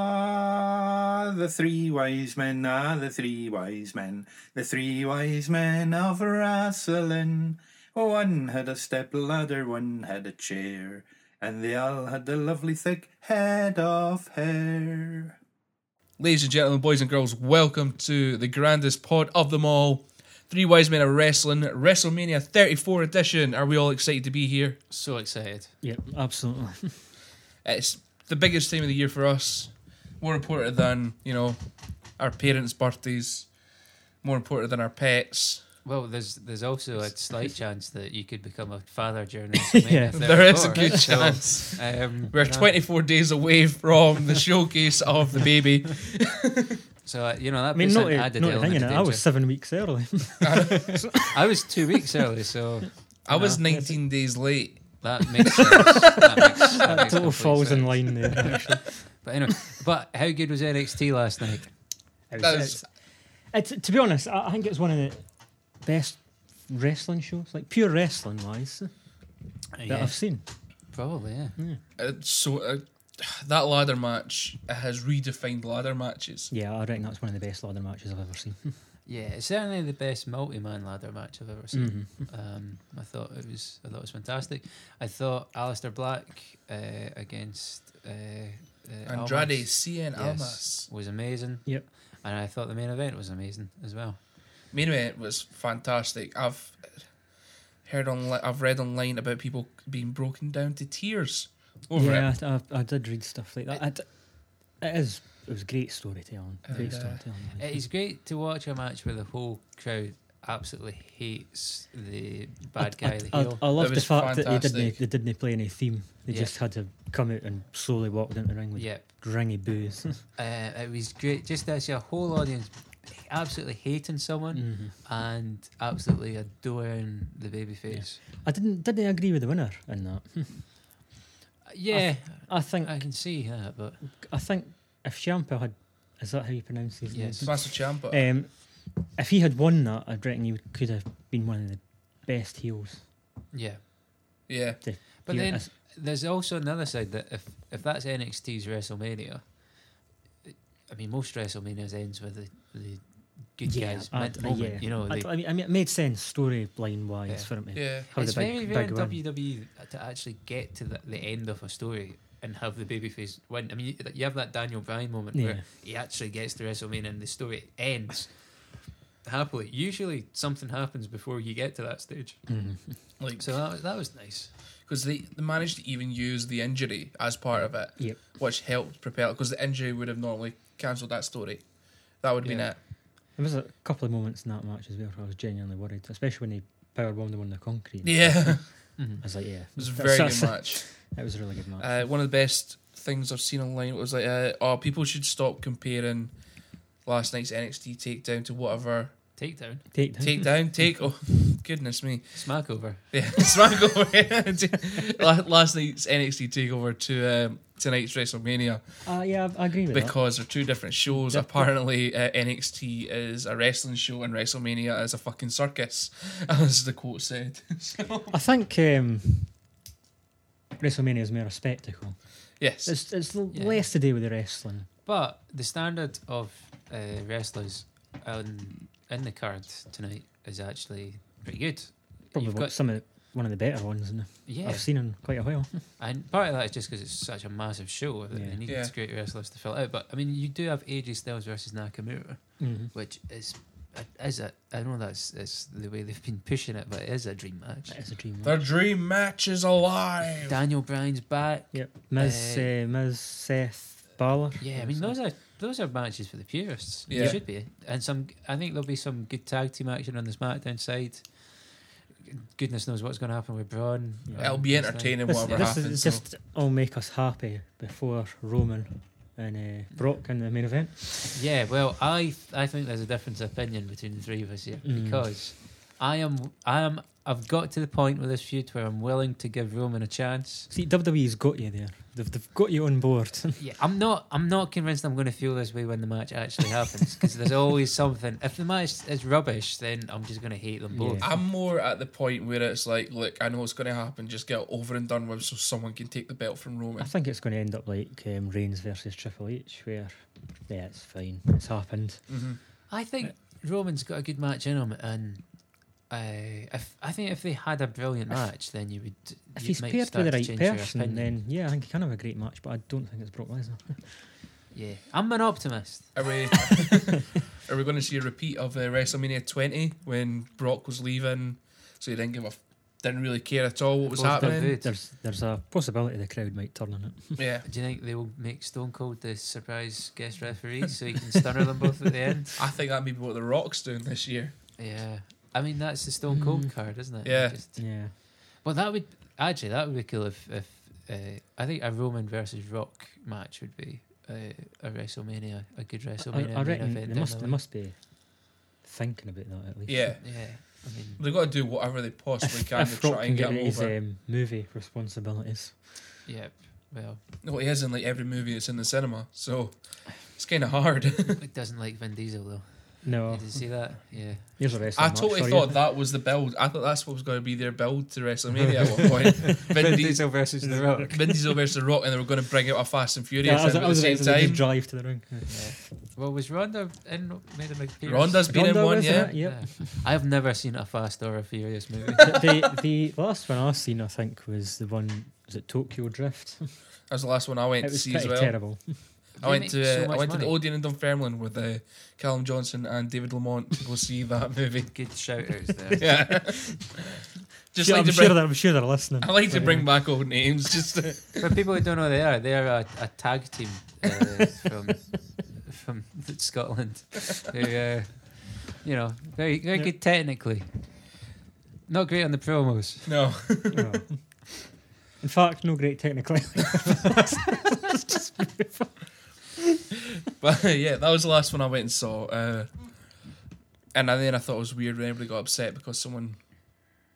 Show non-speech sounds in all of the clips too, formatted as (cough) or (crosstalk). Ah, the three wise men are the three wise men, the three wise men of Rassilon. One had a step ladder, one had a chair, and they all had the lovely thick head of hair. Ladies and gentlemen, boys and girls, welcome to the grandest pod of them all. Three Wise Men are Wrestling, WrestleMania 34 edition. Are we all excited to be here? So excited. Yeah, (laughs) absolutely. It's the biggest time of the year for us. More important than, you know, our parents' birthdays. More important than our pets. Well, there's there's also a (laughs) slight chance that you could become a father during this. Mania Yeah. There is a 34. (laughs) good So, chance. (laughs) Um, We're no. 24 days away from the showcase of the baby. So uh, you know that. I mean, puts not, an it, added not element hanging it. of I was danger. seven (laughs) weeks early. I was two weeks early, (laughs) so I was 19 days late. that makes sense. That, makes, (laughs) that That makes total complete falls in sense. (laughs) line there. Actually, But anyway, but how good was NXT last night? It was- That it's, is- it's- to be honest, I, I think it's one of the best wrestling shows, like pure wrestling wise, that Yeah, I've seen. probably. Yeah. Mm. Uh, so uh, that ladder match has redefined ladder matches. Yeah, I reckon that's one of the best ladder matches I've ever seen. Yeah, it's certainly the best multi-man ladder match I've ever seen. Mm-hmm. Um, I thought it was, I thought it was fantastic. I thought Alistair Black uh, against uh, uh, Andrade, Almas CN Almas. Yes, was amazing. Yep. And I thought the main event was amazing as well. Main event was fantastic. I've heard on I've read online about people being broken down to tears over yeah, it. I, I, I did read stuff like that. I d it is. It was great storytelling. And, Great uh, storytelling. Oh, It is great to watch a match where the whole crowd absolutely hates the bad I- guy, (laughs) the I, I, heel. I love It the was fact that they fantastic. didn't. They didn't play any theme. They Yeah. just had to come out and slowly walk down the ring with Yep. ringy (laughs) boos. Uh, it was great just to see a whole audience absolutely hating someone Mm. Mm-hmm. and absolutely adoring the babyface. I didn't. Did they agree with the winner in that? Yeah, I think. I can see that, but I think if Champa had, is that how you pronounce his Yes. name? Master Champa. Eh. Um, if he had won that, I reckon he would- could have been one of the best heels. yeah. yeah. But here then as- there's also another side that if if that's NXT's WrestleMania, I mean most WrestleManias ends with the, the good guys I- mid I- moment, yeah. you know. I, They, I mean, I mean, it made sense storyline wise Yeah. for him. to Yeah. have it's the big, very very big win. WWE E to actually get to the, the end of a story and have the babyface win. I mean, you- you have that Daniel Bryan moment Yeah. where he actually gets to WrestleMania and the story ends happily. Usually, something happens before you get to that stage. Mm-hmm. Like So that was, that was nice. because they, they managed to even use the injury as part of it, Yep. which helped propel. Because the injury would have normally cancelled that story. That would have been Yeah. it. (laughs) There was a couple of moments in that match as well where I was genuinely worried, especially when he powerbombed him on the concrete. Yeah, it I was like, yeah, it was a very (laughs) good match. It was a really good match. Uh, one of the best things I've seen online was like, uh, oh, people should stop comparing last night's NXT takedown to whatever Takedown, Take down. (laughs) takedown take. Oh, (laughs) goodness me! smackover. Yeah, (laughs) Smagover. La- last night's NXT takeover to um, tonight's WrestleMania Uh, yeah, I, I agree with that. because they're two different shows. Yeah. Apparently, uh, NXT is a wrestling show and WrestleMania is a fucking circus, (laughs) as the quote said. (laughs) So, I think um, WrestleMania is more a spectacle. yes, It's, it's l Yeah. less to do with the wrestling. But the standard of uh, wrestlers on, in the card tonight is actually pretty good. Probably You've got- some of the, one of the better ones in Yeah, I've seen in quite a (laughs) while. and part of that is just because it's such a massive show that Yeah. they need Yeah. great wrestlers to fill it out. But I mean, you do have AJ Styles versus Nakamura, which is is a I know that's it's the way they've been pushing it, but it is a dream match. That is a dream. their dream match is alive. Daniel Bryan's back. Yep. Ms. Uh, Ms. Seth Balor. Yeah, I mean those are those are matches for the purists. They Yeah. should be, and some I think there'll be some good tag team action on the SmackDown side. Goodness knows what's going to happen with Braun. Um, Yeah. It'll be entertaining, This, whatever this happens. is so- just all make us happy before Roman and uh, Brock in the main event. Yeah, well, Mm. I I think there's a difference of opinion between the three of us here Mm. because I am I am I've got to the point with this feud where I'm willing to give Roman a (laughs) chance. See, WWE's got you there. They've, they've got you on board. (laughs) Yeah, I'm not. I'm not convinced I'm going to feel this way when the match actually happens because there's always something. If the match is rubbish, then I'm just going to hate them both. Yeah. I'm more at the point where it's like, look, I know it's going to happen. Just get it over and done with, so someone can take the belt from I Roman. think it's going to end up like um, Reigns versus Triple H, where yeah, it's fine. It's happened. Mm-hmm. I think Roman's got a good match in him, and uh, if I think if they had a brilliant If- match, then you would. If you he's might paired start with to the right change your person, opinion. then yeah, I think he can have a great match. But I don't think it's Brock Lesnar. yeah, I'm an optimist. Are we? are we going to see a repeat of uh, WrestleMania 20 when Brock was leaving, so he didn't give a, f- didn't really care at all what was Both their happening? boots. There's there's a possibility the crowd might turn on it. Yeah, Do you think they will make Stone Cold the surprise guest referee so he can stunner them both at the (laughs) end? I think that may be what the Rock's doing this year. Yeah. I mean, that's the Stone Cold Mm. card, isn't it? Yeah. Just- Yeah, well, that would actually that would be cool if if uh, I think a Roman versus Rock match would be uh, a WrestleMania, a good WrestleMania. I, I main reckon event they down must the they line. must be thinking about that at least. Yeah, Yeah. I mean, they've got to do whatever they possibly (laughs) If, can to if Rock try can and get get him rid of his over. um, movie responsibilities, yeah. Well, Well, he is in like every movie that's in the cinema, so it's kind (laughs) of hard. (laughs) it doesn't like Vin Diesel though. Oh. no, Did you see that? Yeah. here's a wrestling I match totally for thought you. that was the build. I thought that's what was going to be their build to WrestleMania at one (laughs) (laughs) point. Vin, Di- versus The Rock. Vin Diesel versus The Rock, and they were going to bring out a Fast and Yeah, Furious I was, at I the was same about to say, time. just drive to the (laughs) ring. Yeah. Well, was Ronda in? Made an appearance. Ronda's been in Ronda one, was in yeah. it, Yep. Yeah. I have never seen a Fast or a Furious (laughs) movie. the, the the last one I seen, I think, was the one. Was it Tokyo Drift? That was the last one I went it to was see pretty as well. terrible. I They went make to so uh, I much went to the money. Odeon in Dunfermline with uh, Callum Johnson and David Lamont to go see that movie. (laughs) Good shouters there. (laughs) Yeah, just Sure, like I'm, to sure bring. they're, I'm sure they're listening. I like to But, bring uh, back old names. Just (laughs) to, For people who don't know, who they are they are a, a tag team uh, from from Scotland. Who, uh, you know, very very Yeah. good technically. Not great on the promos. no, no. In fact, no great technically. (laughs) but uh, yeah, that was the last one I went and saw. Uh, and then I thought it was weird when everybody got upset because someone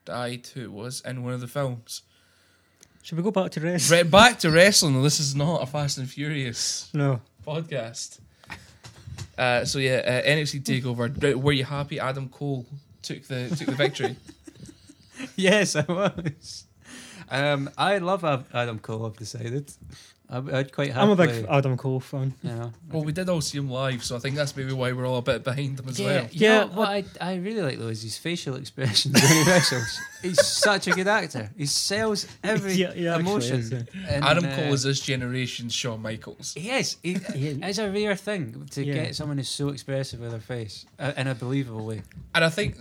died who it was in one of the (laughs) films. Should we go back to rest? Right, back to wrestling. This is not a Fast and Furious. No. podcast. Uh, so yeah, uh, NXT Takeover. Right, Were you happy Adam Cole took the took the (laughs) victory? Yes, I was. Um, I love Ab- Adam Cole. I've decided. I'm, I'd quite happily. I'm a big Adam Cole fan. You know, well, we did all see him live, so I think that's maybe why we're all a bit behind him as well. You know Yeah, what I, I really like though is his facial expressions when he wrestles. He's such a good actor. He sells every (laughs) Yeah, yeah, actually, emotion. it's, uh, And, Adam uh, Cole is this generation's Shawn Michaels. Yes, (laughs) he, Yeah. it's a rare thing to Yeah. get someone who's so expressive with their face uh, in a believable way. And I think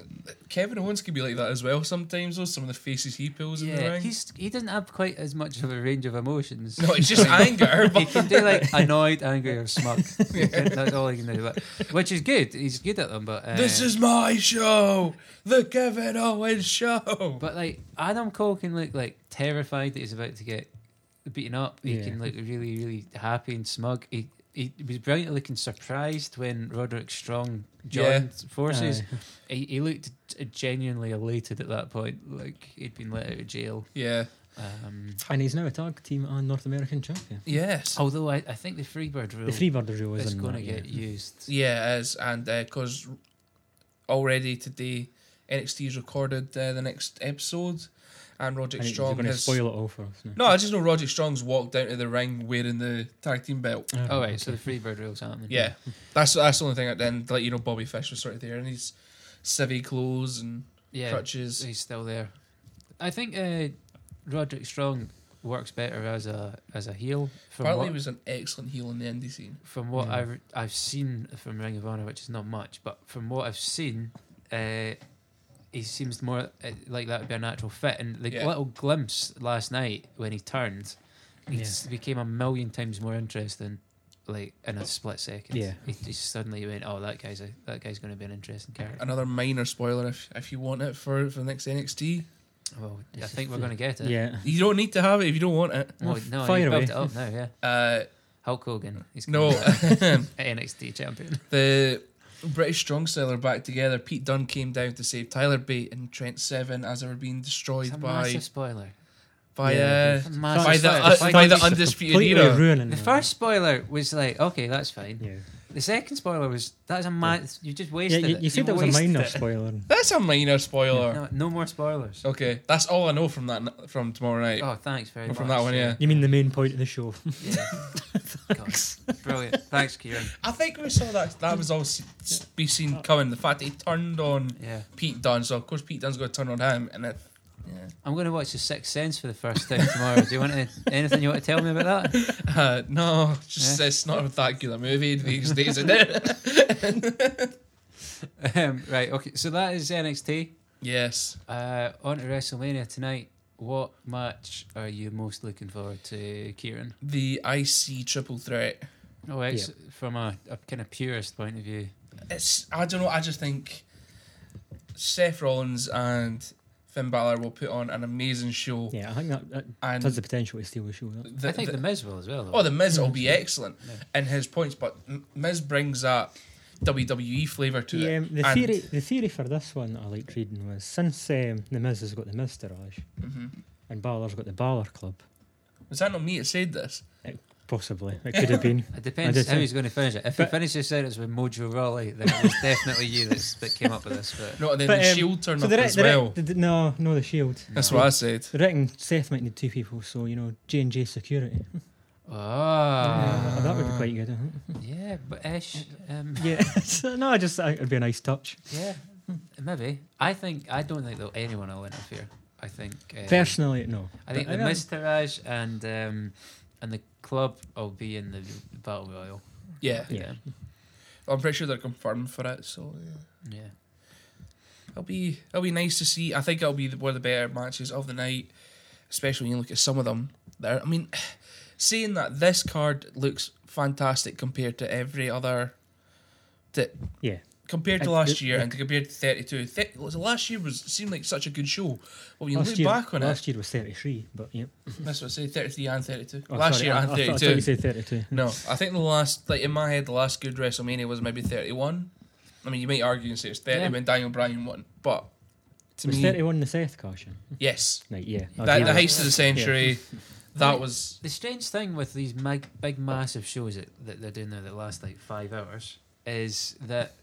Kevin Owens can be like that as well sometimes, though. Some of the faces he pulls in the Yeah, ring. he's, he doesn't have quite as much of a range of emotions. no, it's (laughs) just anger. he But can do (laughs) like annoyed, angry, or smug. That's all he can do, but, which is good. He's good at them, but uh, this is my show, the Kevin Owens show. But like Adam Cole can look like terrified that he's about to get beaten up. He Yeah. can look really, really happy and smug. He he was brilliant looking surprised when Roderick Strong joined forces. Aye. He, he looked g- genuinely elated at that point, like he'd been let out of jail. yeah. Um, And he's now a tag team and North American champion. Yes. although I, I think the Freebird rule The Freebird rule is is going to that, get yeah. used. Yeah, it is. And because already today, NXT has recorded uh, the next episode, and Roderick And you're Strong going to has. spoil it all for us. No. no, I just know Roderick Strong's walked down to the ring wearing the tag team belt. Oh, All right, so okay. the Freebird rule's happening. Mm-hmm. Yeah, that's that's the only thing. Then, like you know, Bobby Fish was sort of there, and he's civvy clothes and yeah. crutches. He's still there. I think uh, Roderick Strong works better as a as a heel. From Apparently, what- he was an excellent heel in the indie scene. from what Mm. I've I've seen from Ring of Honor, which is not much, but from what I've seen, uh, he seems more uh, like that would be a natural fit. And the Yeah. little glimpse last night when he turned, he Yeah. s- became a million times more interesting. Like in a split second, Yeah. He, he suddenly went, "Oh, that guy's a that guy's going to be an interesting character." Another minor spoiler, if if you want it for for the next NXT, Well, I This think is we're the- going to get it. Yeah. you don't need to have it if you don't want it. Well, Well, no, fire you away. built it up now. Yeah, Uh, Hulk Hogan. He's no, (laughs) (laughs) coming back. NXT champion. the British strong seller back together. Pete Dunne came down to save Tyler Bate and Trent Seven as they were being It's destroyed a by massive spoiler. by Yeah. uh, A by massive the spoiler. uh, Like, by the It's undisputed completely era. ruining the it. first spoiler was like, okay, that's fine. Yeah. The second spoiler was that's a man. You just Yeah, wasted you, it. you said that was a wasted minor it. spoiler. That's a minor spoiler. No, no more spoilers. Okay, that's all I know from that n- from tomorrow night. Oh, thanks very much. from that one, yeah. You mean the main point of the show? Yeah. (laughs) God, brilliant. Thanks, Kieran. I think we saw that that was all se- s- be Oh. seen coming. The fact that he turned on Yeah. Pete Dunne, so of course Pete Dunne's going to turn on him, and it, yeah. I'm going to watch The Sixth Sense for the first time tomorrow. Do you want to, anything you want to tell me about that? (laughs) Uh, no, just Yeah. it's not a that good a movie these days, is it? (laughs) Um, right, okay. So that is NXT. yes. Uh, on to WrestleMania tonight. What match are you most looking forward to, Kieran? The IC triple threat. Oh, it's from a, a kind of purist point of view. It's I don't know, I just think Seth Rollins and Finn Balor will put on an amazing show Yeah, I think that, that and has the potential to steal the show. That. the- I think the- the, Miz will as well. Though. Oh, the Miz will be excellent Yeah. in his points, but M- Miz brings that WWE flavour to Yeah, it. um, the and- theory the theory for this one that I liked reading was since um, the Miz has got the Miz Raj Mhm. and Balor's got the Balor Club, Was that not me that said this? possibly it could have been. It I depends did how say- he's going to finish it. If he But- finishes sentence with Mojo Rawley, then it was definitely you that's, that came up with this. (laughs) But No, (laughs) and then But, the um, Shield turned So up the, re- as the re- well. the- the- no, no, the Shield. That's No. what I said. They reckon Seth might need two people, so you know J and J Security. Ah, that would be quite good. I think. (laughs) yeah, but ish. Um, Yeah, no, I just I think it'd be a nice touch. yeah, maybe. I think I don't think though anyone will interfere. I think. Uh, Personally, no. I think But the don't- Mr. Raj and um, and the club will be in the battle royal. Yeah. Yeah. I'm pretty sure they're confirmed for it, so yeah. Yeah. It'll be it'll be nice to see. I think it'll be one of the better matches of the night, especially when you look at some of them. There, I mean, (sighs) seeing that this card looks fantastic compared to every other, that Yeah. compared to I- last it- year yeah. and compared to thirty two. Th- last year was seemed like such a good show, but when you last look year, back on it, last year was thirty three, but yeah. (laughs) that's what I say thirty three and thirty two. Oh, last sorry, year I, I, and thought- I thirty thought two. you said (laughs) thirty two. No, I think the last, like in my head, the last good WrestleMania was maybe 31. I mean, you might argue and say it's 30 Yeah. when Daniel Bryan won, but to was me, thirty one the Seth caution? yes. Night, yeah. I'll That, give the Oh, you heist of the (laughs) century, that was. The strange thing with these mag- big, massive shows that, that they're doing now that last like five hours is that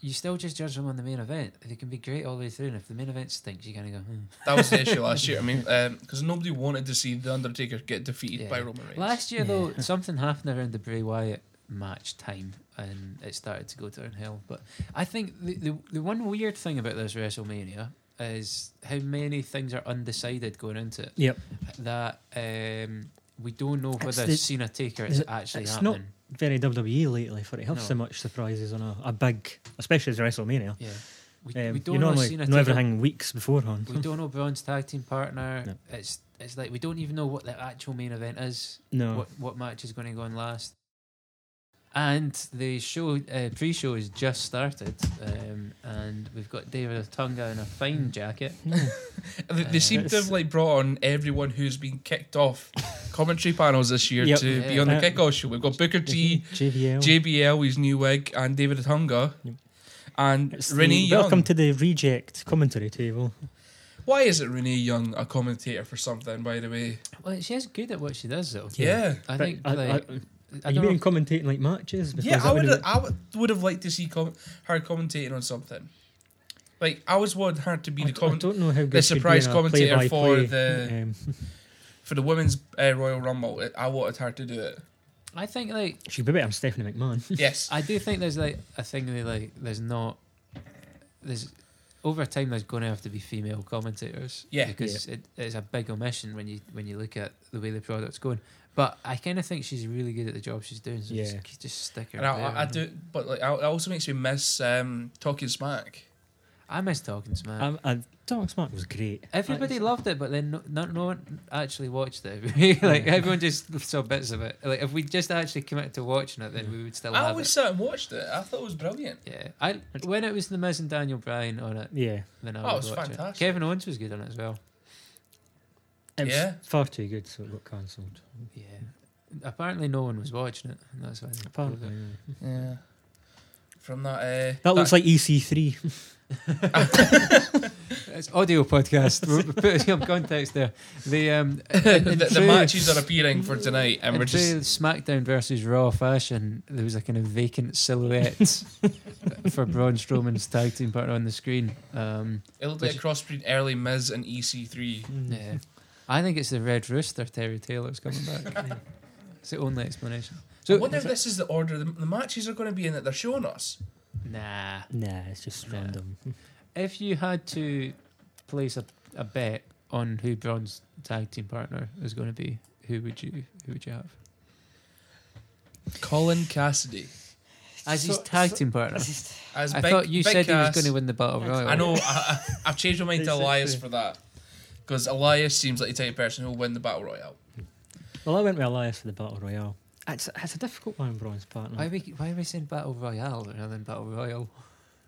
you still just judge them on the main event. They can be great all the way through, and if the main event stinks, you kind of go. Hmm. That was the issue last year. I mean, because nobody wanted to see the Undertaker get defeated Yeah. by Roman Reigns. Last year, Yeah. (laughs) though, something happened around the Bray Wyatt match time, and it started to go downhill. But I think the, the the one weird thing about this WrestleMania is how many things are undecided going into it. Yep. That um, we don't know It's whether the- Cena Taker is is it- actually it's not- happening. Very WWE lately for it helps No. so much surprises on a, a big, especially as WrestleMania. yeah. We, Um, we you don't know normally Cena know Taker. everything weeks beforehand. We don't know Braun's tag team partner. No. It's it's like we don't even know what the actual main event is. No, (laughs) what what match is going to go on last. And the show uh, pre-show has just started, um, and we've got David Otunga in a Hmm. fine jacket. They, they Uh, seem to have like brought on everyone who's been kicked (laughs) off commentary panels this year Yep. to be Yeah. on the Uh, kickoff show. We've got Booker T, JVL. (laughs) JBL, his new wig, and David Atunga, Yep. and It's the- Renee Young. welcome to the reject commentary table. Why isn't Renee Young a commentator for something, by the way? Well, she is good at what she does, though. Yeah. Yeah. I But think. I- like, I- I, Are you don't know mean if- commentating like matches? Because Yeah, that I would would've- I would, would have liked to see com- her commentating on something. Like, I always wanted her to be I the d- I comment don't know how good she'd be surprise in a commentator for play-by-play, the- um, for the women's uh, Royal Rumble. I- I wanted her to do (laughs) it. I think like she'd be better than Stephanie McMahon. Yes. I do think there's like a thing that like there's not there's over time there's going to have to be female commentators. Yeah. because It, it's a big omission when you when you look at the way the product's going. But I kind of think she's really good at the job she's doing. So Yeah. just, just stick her. and I, there. I, I do, but like, I- it also makes me miss um, talking smack. I miss talking to man. Um, and Doc Smart was great. Everybody Like, loved it, but then no, no, no one actually watched it. (laughs) like Yeah. everyone just saw bits of it. Like if we just actually committed to watching it, then we would still I have always it. sat and watched it. I thought it was brilliant. Yeah, I when it was the Miz and Daniel Bryan on it, Yeah, then I Oh, would it was watch fantastic. it. Kevin Owens was good on it as well. it was Yeah. far too good, so it got cancelled. Yeah. Apparently, no one was watching it. and That's why. they pulled Apparently, it. yeah. Yeah. from that. Uh, That looks like E EC3. It's audio podcast. We're (laughs) we're putting some context there. The um, (laughs) in- the, in the (laughs) true- matches are appearing for tonight, and in we're just true SmackDown versus Raw fashion. There was a kind of vacant (laughs) silhouette for Braun Strowman's tag team partner on the screen. Um, it'll be a Which- cross between early Miz and E EC3. yeah, I think it's the Red Rooster. Terry Taylor's coming back. it's the only explanation. So So I wonder if this is the order the, the matches are going to be in that they're showing us. nah. Nah, it's just Yeah. random. If you had to place a, a bet on who Braun's tag team partner is going to be, who would you who would you have Colin Cassidy as his So- tag so- team partner? as I big, thought you big said Cass. he was going to win the battle royal. I know. I, I, I've changed my mind to Exactly. Elias for that because Elias seems like the type of person who'll win the battle royale. Well, I went with Elias for the Battle Royale. It's, it's a difficult one, Braun's partner. Why are, we, why are we saying battle royale rather than (laughs) battle royal?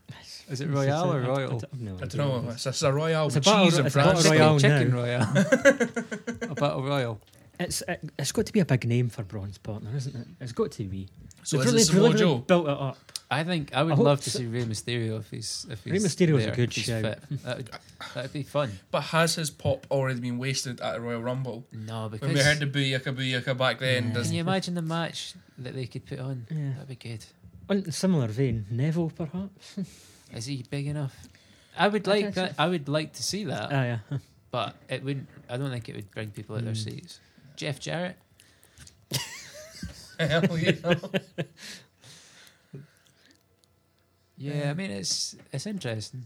Is it It's just royale a- or I- I royal? don't- I've no I idea don't what know. it is. It's, it's a royale It's with a battle cheese ro- in it's a (laughs) battle France. royale. chicken royale. (laughs) a battle royal. It's, it, it's got to be a big name for Braun's partner, isn't it? It's got to be. So They've is it they've Samoa Joe? built it up. I think I would I hope love to so. see Rey Mysterio if he's if he's Rey Mysterio's a there, good if he's shout. fit. That would, that'd (laughs) be fun. But has his pop already been wasted at the Royal Rumble? No, because When we heard the booyaka booyaka back then, Yeah. can does (laughs) you imagine the match that they could put on? Yeah. That'd be good. On a similar vein, Neville, perhaps? Is he big enough? I would I like think that. I would like to see Ah, that, yeah. but it wouldn't. I don't think it would bring people out of their Mm. seats. Jeff Jarrett. (laughs) hell yeah. Yeah, I mean it's it's interesting.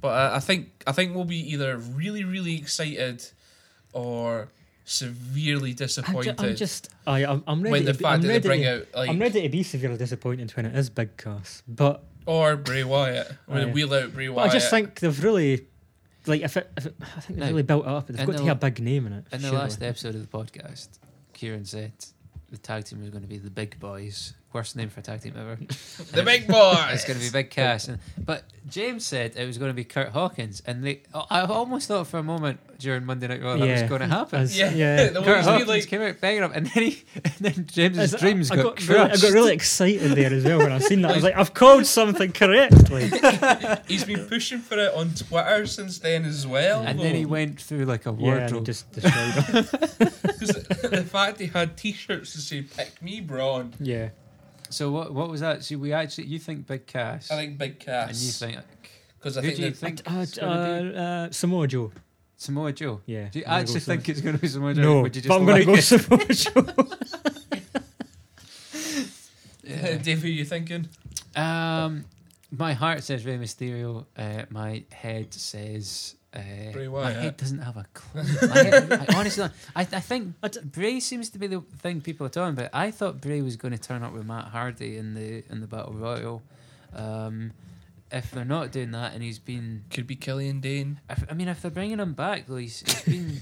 But uh, I think I think we'll be either really really excited or severely I'm, ju- disappointed I'm just. I, I'm, I'm ready. when the to be, fact I'm that they ready bring to, out like I'm ready to be severely disappointed when it is Big Cass, but, or Bray Wyatt when they Aye. wheel out Bray but Wyatt. I just think they've really, like, if it, if it I think they've No. really built it up. They've In got the to have la- a big name in it. In the surely. last episode of the podcast, Kieran said the tag team was going to be the Big Boys. Worst name for a tag team (laughs) ever. the big boy. it's (laughs) going to be Big Cass. And, but James said it was going to be Kurt Hawkins, and they. I I almost thought for a moment during Monday Night Raw that was Yeah. going to happen. As- yeah, Yeah. the Kurt ones we Hawkins like. came out banging up, and then he, (laughs) and then James's As I- dreams I got, really, I crushed. got really excited there as well when I seen that. I was like, I've called something (laughs) correctly. He's been pushing for it on Twitter since then as well. and then he went through like a yeah, and wardrobe. just destroyed (laughs) it. 'Cause the, (laughs) the fact he had T-shirts to say "Pick me, Braun." Yeah. so what? What was that? So we actually, you think Big Cass, I think Big Cass. and you think Because I who think do you that think? Uh, it's uh, gonna be? uh, Samoa Joe. Samoa Joe. Yeah. Do you I'm gonna actually go think it's going to be Samoa Samoa- Joe? No, Would you just but I'm going like to go it? Samoa (laughs) Joe. (laughs) Yeah. (laughs) Dave, who you thinking? Um, my heart says Rey Mysterio. Uh, my head says. Bray Uh, my Wyatt. head doesn't have a (laughs) clue. My head- I honestly, don't. I, I think Bray seems to be the thing people are talking about. I thought Bray was going to turn up with Matt Hardy in the in the Battle Royal. Um, if they're not doing that, and he's been, Could be Killian Dane. if, I mean, if they're bringing him back, though, he's, (laughs) he's been,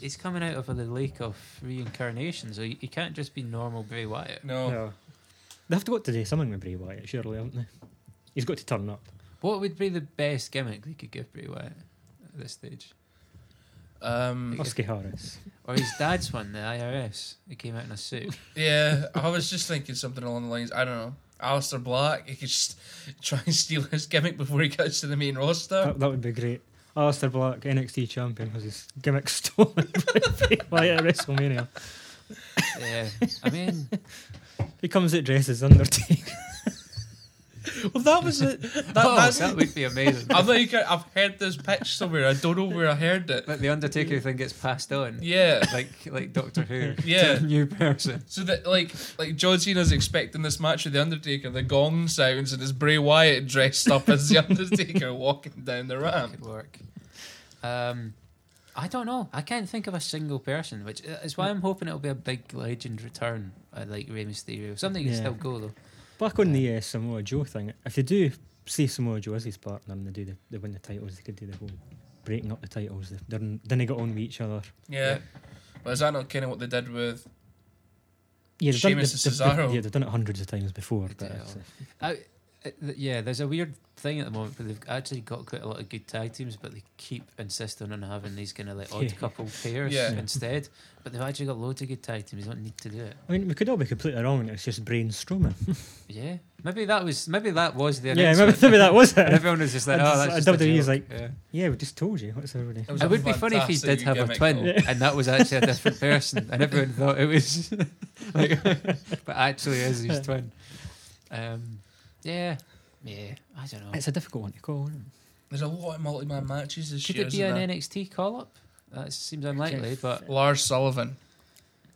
he's coming out of the lake of reincarnation, so he, he can't just be normal Bray Wyatt. No. No. They have to go to do something with Bray Wyatt, surely, haven't they? He's got to turn up. What would be the best gimmick they could give Bray Wyatt at this stage? Um, Husky Harris. Or his dad's one, the IRS. He came out in (laughs) a suit. yeah, I was just thinking something along the lines. I don't know. Alistair Black. He could just (laughs) try and steal his gimmick before he gets to the main Uh, roster. That, that would be great. Alistair Black, NXT champion, has his gimmick (laughs) stolen by Bray Wyatt at WrestleMania. Yeah. I mean, He comes out dressed as Undertaker. Well, that (laughs) was it. (laughs) That, oh, that's, that would be amazing. (laughs) I'm like, I've heard this pitch somewhere. I don't know where I heard it. Like the Undertaker thing gets passed on. Yeah. Like like Doctor Who. Yeah. To a (laughs) new person. So that like like John Cena's expecting this match with the Undertaker, the gong sounds and it's Bray Wyatt dressed up as the (laughs) Undertaker walking down the ramp. Could work. Um, I don't know. I can't think of a single person, which uh, is why I'm hoping it'll be a big legend return, uh, like Rey Mysterio. Something can Yeah. still go though. Back on the uh, Samoa Joe thing, if they do see Samoa Joe as his partner and they do the, they win the titles, they could do the whole breaking up the titles. They- They're, then they get on with each other. Yeah. Yeah. Well, is that not kind of what they did with? Yeah, they've done, Sheamus they've- and they've- Cesaro. yeah, they've done it hundreds of times before. They did But it it's, I, it- th- yeah, there's a weird thing at the moment, but they've actually got quite a lot of good tag teams, but they keep insisting on having these kind of like odd Yeah. couple pairs Yeah. instead. But they've actually got loads of good tag teams. They don't need to do it. I mean, we could all be completely wrong. and It's just brainstorming. Yeah, maybe that was maybe that was the yeah, maybe, announcement. maybe that (laughs) was And it. everyone was just like, I oh, just- uh, that's I just a WWE 's joke." like- Yeah. yeah, we just told you. What's everybody? was It a would be funny if he fantastic did have a gimmick, twin, though. and that was actually a different person, and everyone thought it was (laughs) like, but actually is (laughs) his twin. Um, yeah, yeah. I don't know. It's a difficult one to call. Isn't There's a lot of multi-man matches this Could year. it be isn't an there? NXT call up? That seems unlikely, but Lars Sullivan.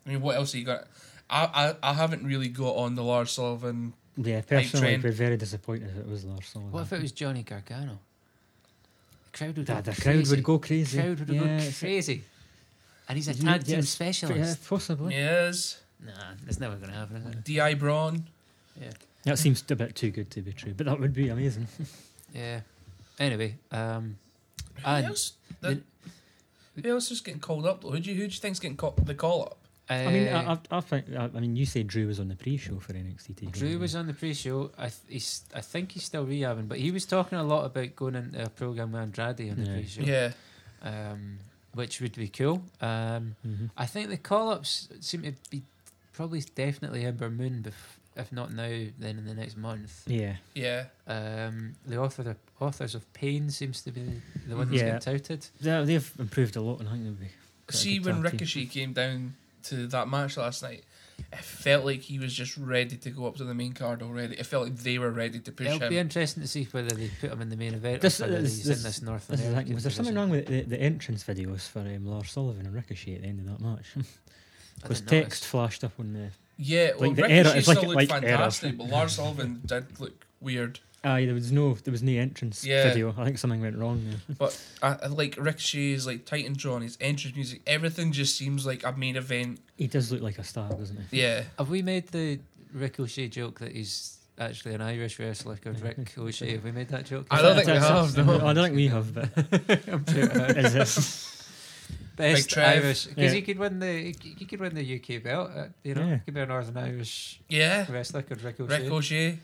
I mean, what else have you got? I, I I haven't really got on the Lars Sullivan. it? Yeah, train. personally, I'd be very disappointed if it was Lars Sullivan. what if it was Johnny Gargano? The crowd would Nah, go the crowd crazy. would go crazy. crowd would yeah, go it's- crazy. And he's a Yeah, tag yeah, team it's- Yeah, specialist. possibly. Yes, Nah, that's never going to happen, is it? Di Braun. Yeah. That seems a bit too good to be true, but that would be amazing. Yeah. Anyway, um, Who And else? The- who else is getting called up? Though? Who do you who do you think's getting call, the call up? I mean, uh, I, I, I think. I, I mean, you say Drew was on the pre-show for NXT. takeover, Drew didn't was you? on the pre-show. I th- he's, I think he's still rehabbing, but he was talking a lot about going into a program with Andrade on the Yeah. pre-show, Yeah, um, which would be cool. Um, Mhm. I think the call-ups seem to be probably definitely Ember Moon, bef- if not now, then in the next month. Yeah, yeah. Um, the author, authors of Pain, seems to be the one Yeah. that's getting touted. they, they've improved a lot, and I think they'll be. quite a See, good when tag team. Ricochet came down to that match last night, it felt like he was just ready to go up to the main card already. It felt like they were ready to push It'll him. be interesting to see whether they put him in the main event This or whether is- he's this- in this North This is the American thing, was there something division. wrong with the, the entrance videos for um, Lars Sullivan and Ricochet at the end of that (laughs) match? I Because didn't notice. text flashed up on the. yeah, well, Like the Ricochet era- it's still like- looked like era. fantastic, but Lars Sullivan did look weird. Aye, ah, there was no, there was no entrance Yeah. video. I think something went wrong there. (laughs) I, I Uh, like Ricochet's like Titan John, his entrance music, everything just seems like a main event. He does look like a star, doesn't he? Yeah, Have we made the Ricochet joke that he's actually an Irish wrestler called (laughs) Rick O'Shea? Have we made that joke? I don't think we That's- have, that's- (laughs) no. I don't think we (laughs) have, but I'm sure we have. (laughs) is it? Best Trev. Irish because Yeah. he could win the he he could win the UK belt. uh, You know, Yeah. he could be a Northern Irish yeah. wrestler called Rick O'Shea. Ricochet.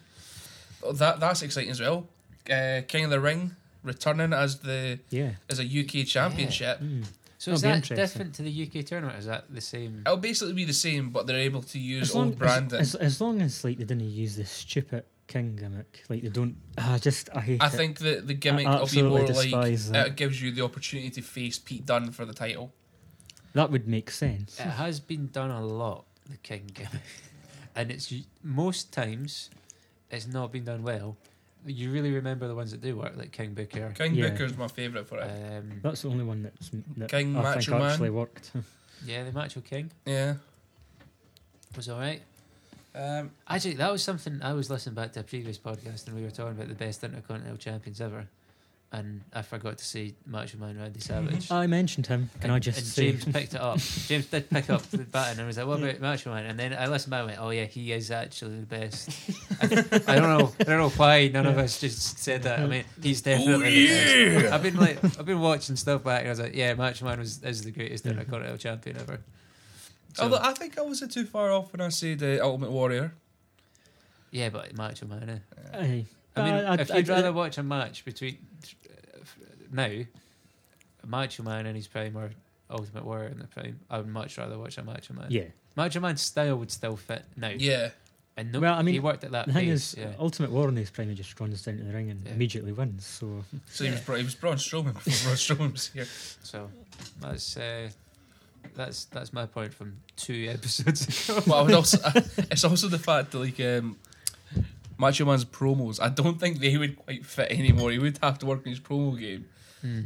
Oh, That that's exciting as well. Uh, King of the Ring returning as the yeah. as a UK championship. Mm. so is That'll be that interesting. different to the UK tournament? Is that the same? It'll basically be the same, but they're able to use As long- old branding. As, as, as long as like they didn't use this stupid king gimmick, like they don't. ah, I just I hate. I it. think that the gimmick I will be more absolutely like uh, despise that. it gives you the opportunity to face Pete Dunne for the title. that would make sense. It has been done a lot, the King gimmick, (laughs) and it's u- most times it's not been done well. You really remember the ones that do work, like King Booker. King Yeah. Booker's my favourite for it. Um, That's the only one that's that King I Macho think Man. actually worked. yeah, the Macho King yeah. was all right. Um, Actually, that was something I was listening back to a previous podcast, and we were talking about the best intercontinental champions ever, and I forgot to say Macho Man Randy (laughs) Savage. I mentioned him. Oh, Can and, I just and say? (laughs) James picked it up. James did pick up the baton and was like, "What about Macho Man?" And then I listened back and went, "Oh yeah, he is actually the (laughs) best." I, I don't know. I don't know why none of us just said that. (laughs) I mean, Oh, he's definitely the best. I've been like, I've been watching stuff back, and I was like, "Yeah, Macho Man was is the greatest intercontinental champion ever." So- Although I think I wasn't too far off when I said uh, Ultimate Warrior. yeah, but Macho Man. Eh? Aye. I mean, Uh, if I- you'd I- rather watch a match between uh, f- now, Macho Man in his prime or Ultimate Warrior in the prime, I would much rather watch a Macho Man. Yeah. Macho Man's style would still fit now. Yeah, and no, Well, I mean, he worked at that The thing pace. is, oh. yeah. Ultimate Warrior is pretty much just runs down to the ring and Yeah. immediately wins. So so he was Bra- he was Braun Strowman before Braun Strowman was here. So that's uh, that's that's my point from two (laughs) episodes ago. Well, I would also, (laughs) it's also the fact that like um, Macho Man's promos, I don't think they would quite fit anymore. He would have to work on his promo game. Hmm.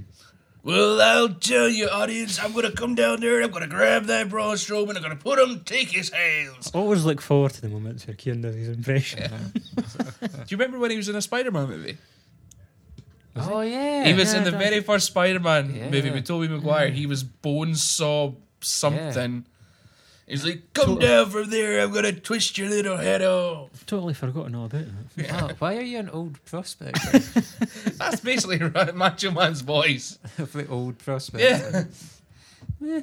Well, I'll tell you, audience, I'm gonna come down there. I'm gonna grab that Braun Strowman. I'm gonna put him, take his hands. I (laughs) always look forward to the moments where Kieran does his impression. Do you remember when he was in a Spider-Man movie? oh yeah, he was yeah, in the that- very first Spider-Man Yeah. movie with Tobey Maguire. He was bone saw something. He's like, come down from there. I'm gonna twist your little head (laughs) off. I've totally forgotten all about that. Wow, Oh, why are you an old prospect? (laughs) (laughs) That's basically (laughs) Macho Man's voice. (laughs) old prospect. Yeah. Eh.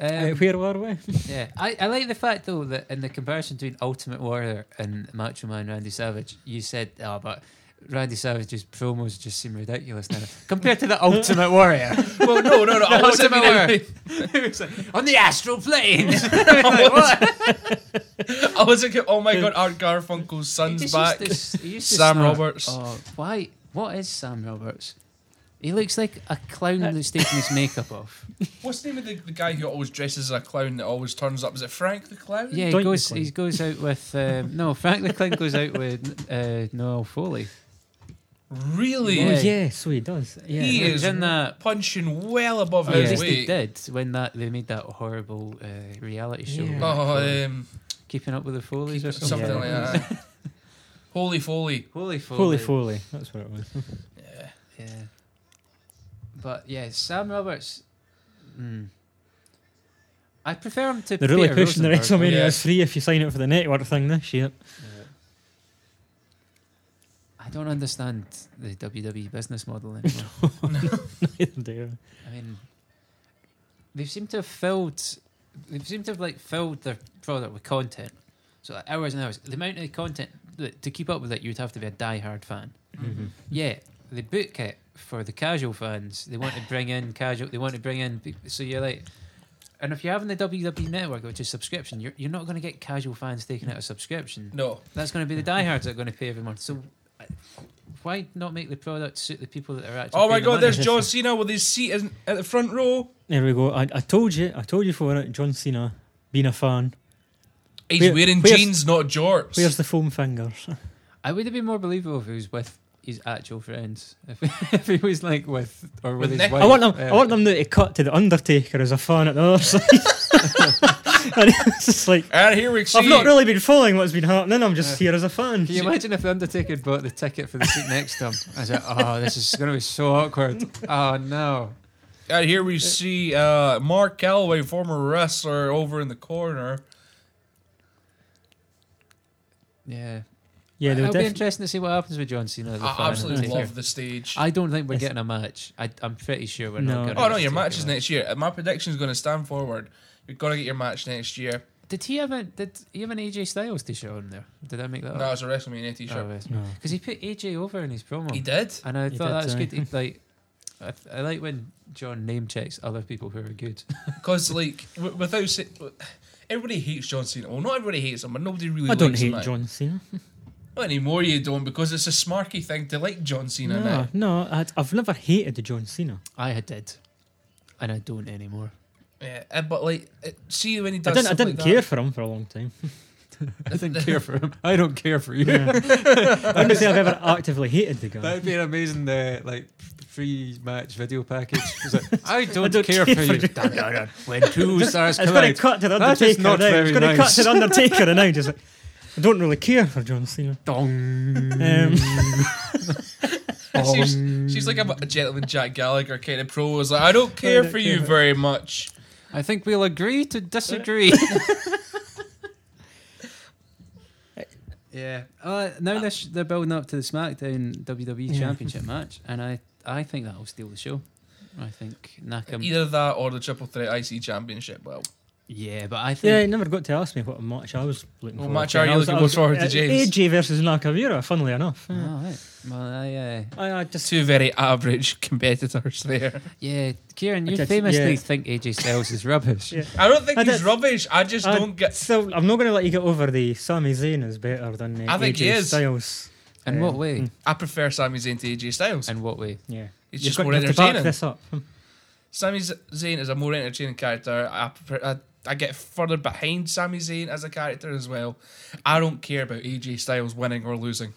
Um, Uh, where were we? Yeah, I, I like the fact though that in the comparison between Ultimate Warrior and Macho Man Randy Savage, you said, "Oh, but Randy Savage's promos just seem ridiculous now (laughs) compared to the Ultimate Warrior." well, (laughs) no, no, no. I The wasn't (laughs) Ultimate meaning- Warrior. It (laughs) was like, on the astral planes. Like, what? I wasn't. get- Oh my god, Art Garfunkel's son's He's back. used to- he used to Sam snort. Roberts. Oh, why? What is Sam Roberts? He looks like a clown that's taken his makeup off. What's the name of the, the guy who always dresses as a clown that always turns up? Is it Frank the Clown? Yeah, Doink he the goes. Clown. He goes out with um, no. Frank the Clown goes out with uh, Noel Foley. Really? Yeah. Oh, yeah, so he does. Yeah. He He is was in that- punching well Oh, above At his least they weight. did when that they made that horrible uh, reality show. uh, Yeah. Oh, um, Keeping up with the Foleys or something, something. Yeah. like that. (laughs) Holy foley. Holy Foley. Holy Foley, that's what (laughs) it was. Yeah. Yeah. But yeah, Sam Roberts. Mm, I prefer him to. They're really Peter pushing the Rosenberg. WrestleMania Yeah. It's free if you sign up for the network thing this year. (laughs) I don't understand the WWE business (laughs) model anymore. Neither I mean, they seem to have filled. They seem to have like filled their product with content. So like, hours and hours. The amount of content that, to keep up with it, you'd have to be a die-hard fan. mm Yeah, they book it for the casual fans. They want to bring in casual. They want to bring in. peop- So you're like, and if you're having the WWE Network, which is subscription, you're you're not going to get casual fans taking out a subscription. No. That's going to be the diehards that are going to pay every month. So I- why not make the product suit the people that are actually? Oh my paying the god, there's money? John Cena with his seat in, at the front row. There we go. I, I told you, I told you for it, John Cena, being a fan. He's Where- wearing where's- jeans, not jorts. Where's the foam fingers? I would have been more believable if he was with his actual friends. (laughs) If, if he was like with or with, With his Nick- wife. I want them. uh, I want them to cut to the Undertaker as a fan at the other side. (laughs) and it's just like and Ah, here we see. I've not really been following what's been happening. I'm just here as a fan. Can you imagine if the Undertaker bought the ticket for the seat next to him? I said, "Oh, this is going to be so awkward." Oh no! And Uh, here we see uh, Mark Calloway, former wrestler, over in the corner. Yeah, Yeah, it'll they would be def- interesting to see what happens with John Cena. as a I fan absolutely Undertaker. love the stage. I don't think we're It's- getting a match. I, I'm pretty sure we're No. not going. oh no, your match is next year. Uh, My prediction is going to stand forward. You're going to get your match next year. Did he have a Did he have an AJ Styles t-shirt on there? Did I make Oh. that No, up? it's a WrestleMania t-shirt. Because No. he put AJ over in his promo. He did. And I He thought did, that was sorry. good. He, like, I, th- I like when John name checks other people who are good. Because like w- without si- w- everybody hates John Cena. Well, not everybody hates him, but nobody really. I don't likes him now. hate John Cena. Not anymore. You don't because it's a smarky thing to like John Cena No, now. no, I, I've never hated the John Cena. I had did, and I don't anymore. Yeah, uh, but like uh, see when he I does. didn't. I stuff didn't like care That. for him for a (laughs) long time. I didn't care for him. I don't care for you. Yeah. I wouldn't say I've ever actively hated the That guy. would be an amazing uh, like pre-match video (laughs) package. It's like, I, don't don't care, care for for you. you. Dun, dun, dun. When two stars It's going collide. to cut to the That Undertaker. is not now. very It's going to cut nice. to the Undertaker, and now just like, I don't really care for John Cena. Dong. Um, Um. she's, she's like a, a gentleman Jack Gallagher kind of pro. Is like I don't care don't for care you for- very much. (laughs) I think we'll agree to disagree. yeah. Uh, now they're, sh- they're building up to the SmackDown WWE Yeah. Championship match, and I, I think that'll steal the show. I think Nakam. Um, Either that or the Triple Threat IC Championship. Well, Yeah, but I yeah, think you never got to ask me what match I was looking What for. match are you looking forward to, James? AJ versus Nakamura, funnily enough. All right. Well, I, uh, I, I just two very average competitors there. yeah, Kieran, you Okay, famously yeah. think AJ Styles is rubbish. Yeah. I don't think I he's did- rubbish. I just I- don't get. So I'm not going to let you get over the Sami Zayn is better than uh, I think AJ he is. Styles. In Um, what way? I prefer Sami Zayn to AJ Styles. In what way? Yeah, He's You've just got- more you have to back entertaining. this up. Sami Z- Zayn is a more entertaining character. I, prefer, I I get further behind Sami Zayn as a character as well. I don't care about AJ Styles winning or losing.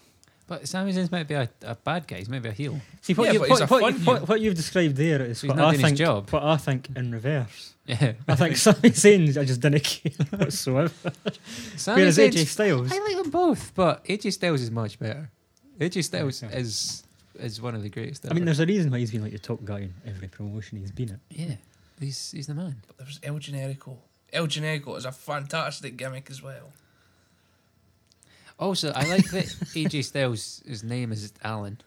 But Sami Zayn might be a, a bad guy. He's maybe a heel. (laughs) See what, Yeah, you, but what, he's a what, fun you- what, what you've described there is He's what not I doing his think. job. What I think in (laughs) reverse. Yeah. I think Sami Zayn, I just didn't (laughs) care whatsoever. Sami Whereas Zayn's AJ Styles, I like them both, but AJ Styles is much better. AJ Styles Yeah. is is one of the greatest. I mean, ever. there's a reason why he's been like the top guy in every promotion he's been at. yeah, he's he's the man. But there was El Generico. El Generico is a fantastic gimmick as well. (laughs) (laughs) Also, I like that AJ Styles' his name is Alan.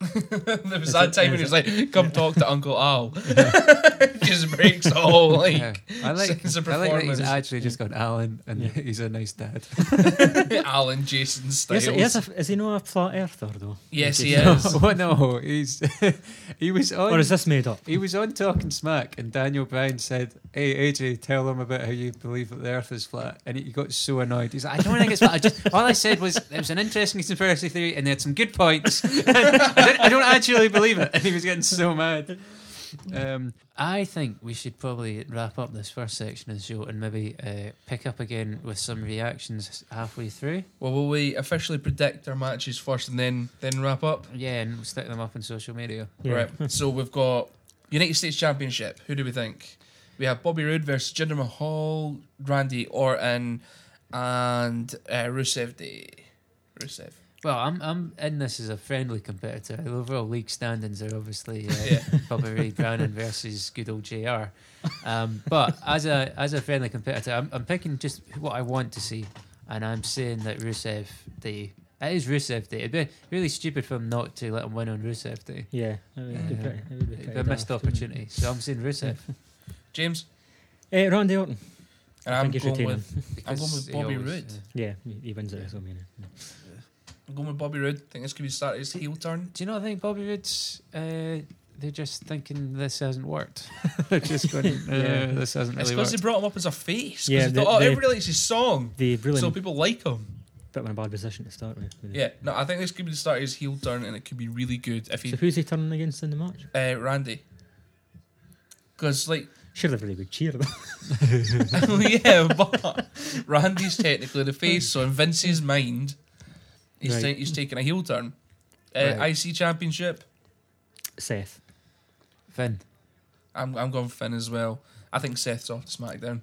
there was Is that it- time when is he was it- like, "Come talk to Uncle Al." (laughs) Just breaks all like. Yeah. I like. it's a I like that performance. he's actually just gone Alan, and Yeah. he's a nice dad. (laughs) Alan Jason Styles. Is, is, a, is he not a flat earther though? Yes, he Jason- is. oh (laughs) no, he's (laughs) he was Oh, on. Or is this made up? He was on Talking Smack, and Daniel Bryan said, "Hey AJ, tell them about how you believe that the Earth is flat." And he got so annoyed. He's like, "I don't think it's flat. I just all I said was it was an interesting conspiracy theory, and they had some good points. (laughs) I, don't, I don't actually believe it." And he was getting so mad. Um, I think we should probably wrap up this first section of the show and maybe uh, pick up again with some reactions halfway through. well, will we officially predict our matches first and then then wrap up? Yeah, and we'll stick them up on social media. Yeah. Right. So we've got United States Championship. Who do we think? We have Bobby Roode versus Jinder Mahal, Randy Orton, and uh, Rusev Day. Rusev. Well, I'm I'm in this as a friendly competitor. The overall league standings are obviously uh, Yeah. Bobby Roode Browning versus good old JR. Um, but as a as a friendly competitor, I'm, I'm picking just what I want to see, and I'm saying that Rusev Day. It is Rusev Day. It'd be really stupid for him not to let him win on Rusev Day. Yeah. It would be Yeah. pretty- it would be It'd pretty be a missed daft, wouldn't it? opportunity. So I'm saying (laughs) Rusev. James. Eh, Randy Orton. And I I'm think he's going, retaining. with, I'm going with he Bobby always, Roode. uh, Yeah, he- he wins at Yeah. WrestleMania. I'm going with Bobby Roode. I think this could be the start of his heel turn. Do you not think Bobby Roode's? Uh, they're just thinking this hasn't (laughs) worked. they're just going, uh, Yeah. this hasn't it's really because worked. they brought him up as a face. Yeah, Yeah, they- thought, oh, they- everybody likes his song, They really so people like him. put him in a bad position to start with. really. Yeah, no, I think this could be the start of his heel turn, and it could be really good if he So who's he turning against in the match? uh, Randy. Because like (laughs) Sure, everybody would cheer. though. (laughs) yeah, (laughs) but Randy's technically the face, so in Vince's mind, he's, Right. ta- he's taking a heel turn. Uh, Right. IC Championship, Seth. Finn. I'm, I'm going Finn as well. I think Seth's off to SmackDown.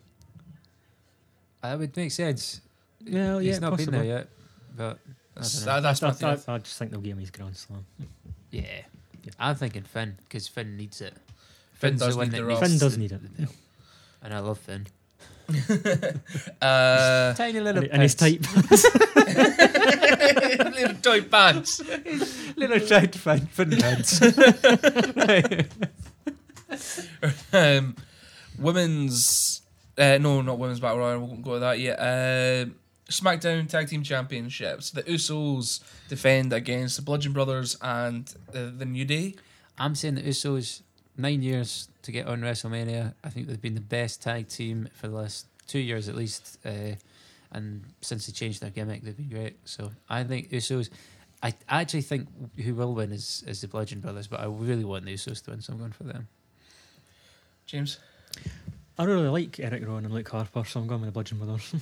That would make sense. Well, yeah, He's not possible. been there yet, but That's, dunno. that, that's my I, I, theory. I just think they'll give him his Grand Slam. yeah, Yeah. I'm thinking Finn because Finn needs it. Finn Finn's does the one need that the needs Ross. Finn does need it. the belt. and I love Finn. Uh, (laughs) Tiny little And, and his pants. type. (laughs) little Uh, (laughs) toy pants. little tight Finn. (laughs) Finn pants. Um, women's, uh, no, not women's battle royal. We won't go to that yet. Um SmackDown Tag Team Championships. The Usos defend against the Bludgeon Brothers and uh, the New Day. I'm saying the Usos nine years to get on WrestleMania. I think they've been the best tag team for the last two years at least, uh, and since they changed their gimmick, they've been great. So I think Usos. I actually think who will win is, is the Bludgeon Brothers, but I really want the Usos to win, so I'm going for them. James. I really like Eric Rowan and Luke Harper, so I'm going with the Bludgeon Brothers.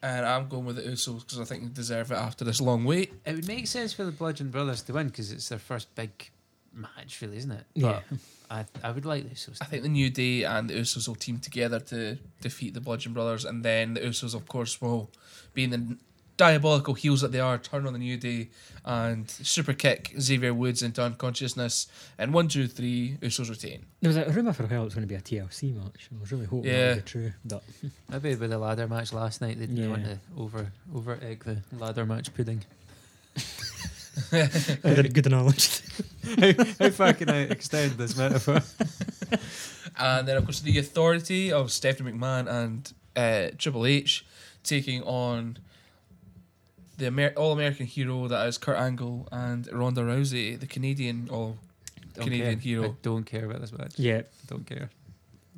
And I'm going with the Usos because I think they deserve it after this long wait. It would make sense for the Bludgeon Brothers to win because it's their first big match, really, isn't it? Yeah. But I, I would like the Usos. I think the New Day and the Usos will team together to defeat the Bludgeon Brothers, and then the Usos, of course, will, being the diabolical heels that they are, turn on the New Day and super kick Xavier Woods into unconsciousness. And one, two, three, Usos retain. There was a rumour for a while it was going to be a TLC match. I was really hoping Yeah. that would be true. (laughs) But (laughs) Maybe with the ladder match last night, they didn't Yeah. want to over over egg the ladder match pudding. good, good knowledge. (laughs) (laughs) how, how far can I extend this metaphor? And then, of course, the authority of Stephanie McMahon and uh, Triple H taking on the Amer- All American hero that is Kurt Angle and Ronda Rousey, the Canadian All Don't Canadian care. hero. I don't care about this match. yeah, Don't care.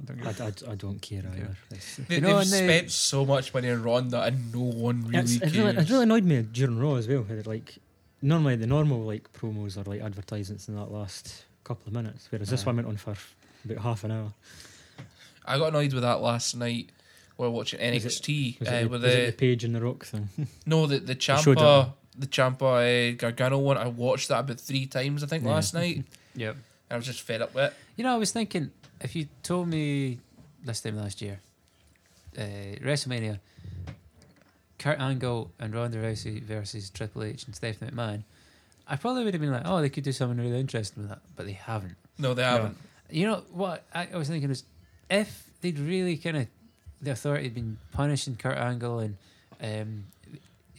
I don't I, care. I, I don't care either. It's, They, You know, they've and they- spent so much money on Ronda, and no one really it's, it, cares. really, it really annoyed me during Raw as well. Where like normally the normal like promos or like advertisements in that last couple of minutes, whereas this Aye. one went on for about half an hour. I got annoyed with that last night. We were watching Was it- NXT Was, uh, it, the, with was it the the Page and the Rock thing? no the the showed Champa the Champa uh, Gargano one. I watched that about three times I think Yeah. last (laughs) night. Yep. I was just fed up with it. You know, I was thinking if you told me this time last year, uh, WrestleMania, Kurt Angle and Ronda Rousey versus Triple H and Stephanie McMahon, I probably would have been like, oh, they could do something really interesting with that, but they haven't. No, they haven't. You know what I, I was thinking is if they'd really kind of the authority had been punishing Kurt Angle and um,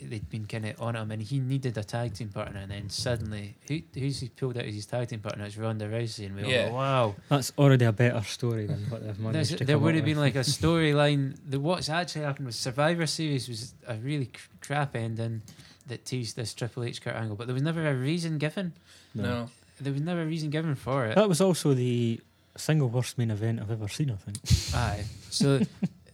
they'd been kind of on him, and he needed a tag team partner, and then suddenly, who, who's he pulled out as his tag team partner? It's Ronda Rousey, and we all Yeah. go, wow. That's already a better story than what they've There's- managed to there come would up have been with. like a storyline. The what's actually happened with Survivor Series was a really cr- crap ending that teased this Triple H Kurt Angle, but there was never a reason given. No. There was never a reason given for it. That was also the single worst main event I've ever seen. I think Aye, so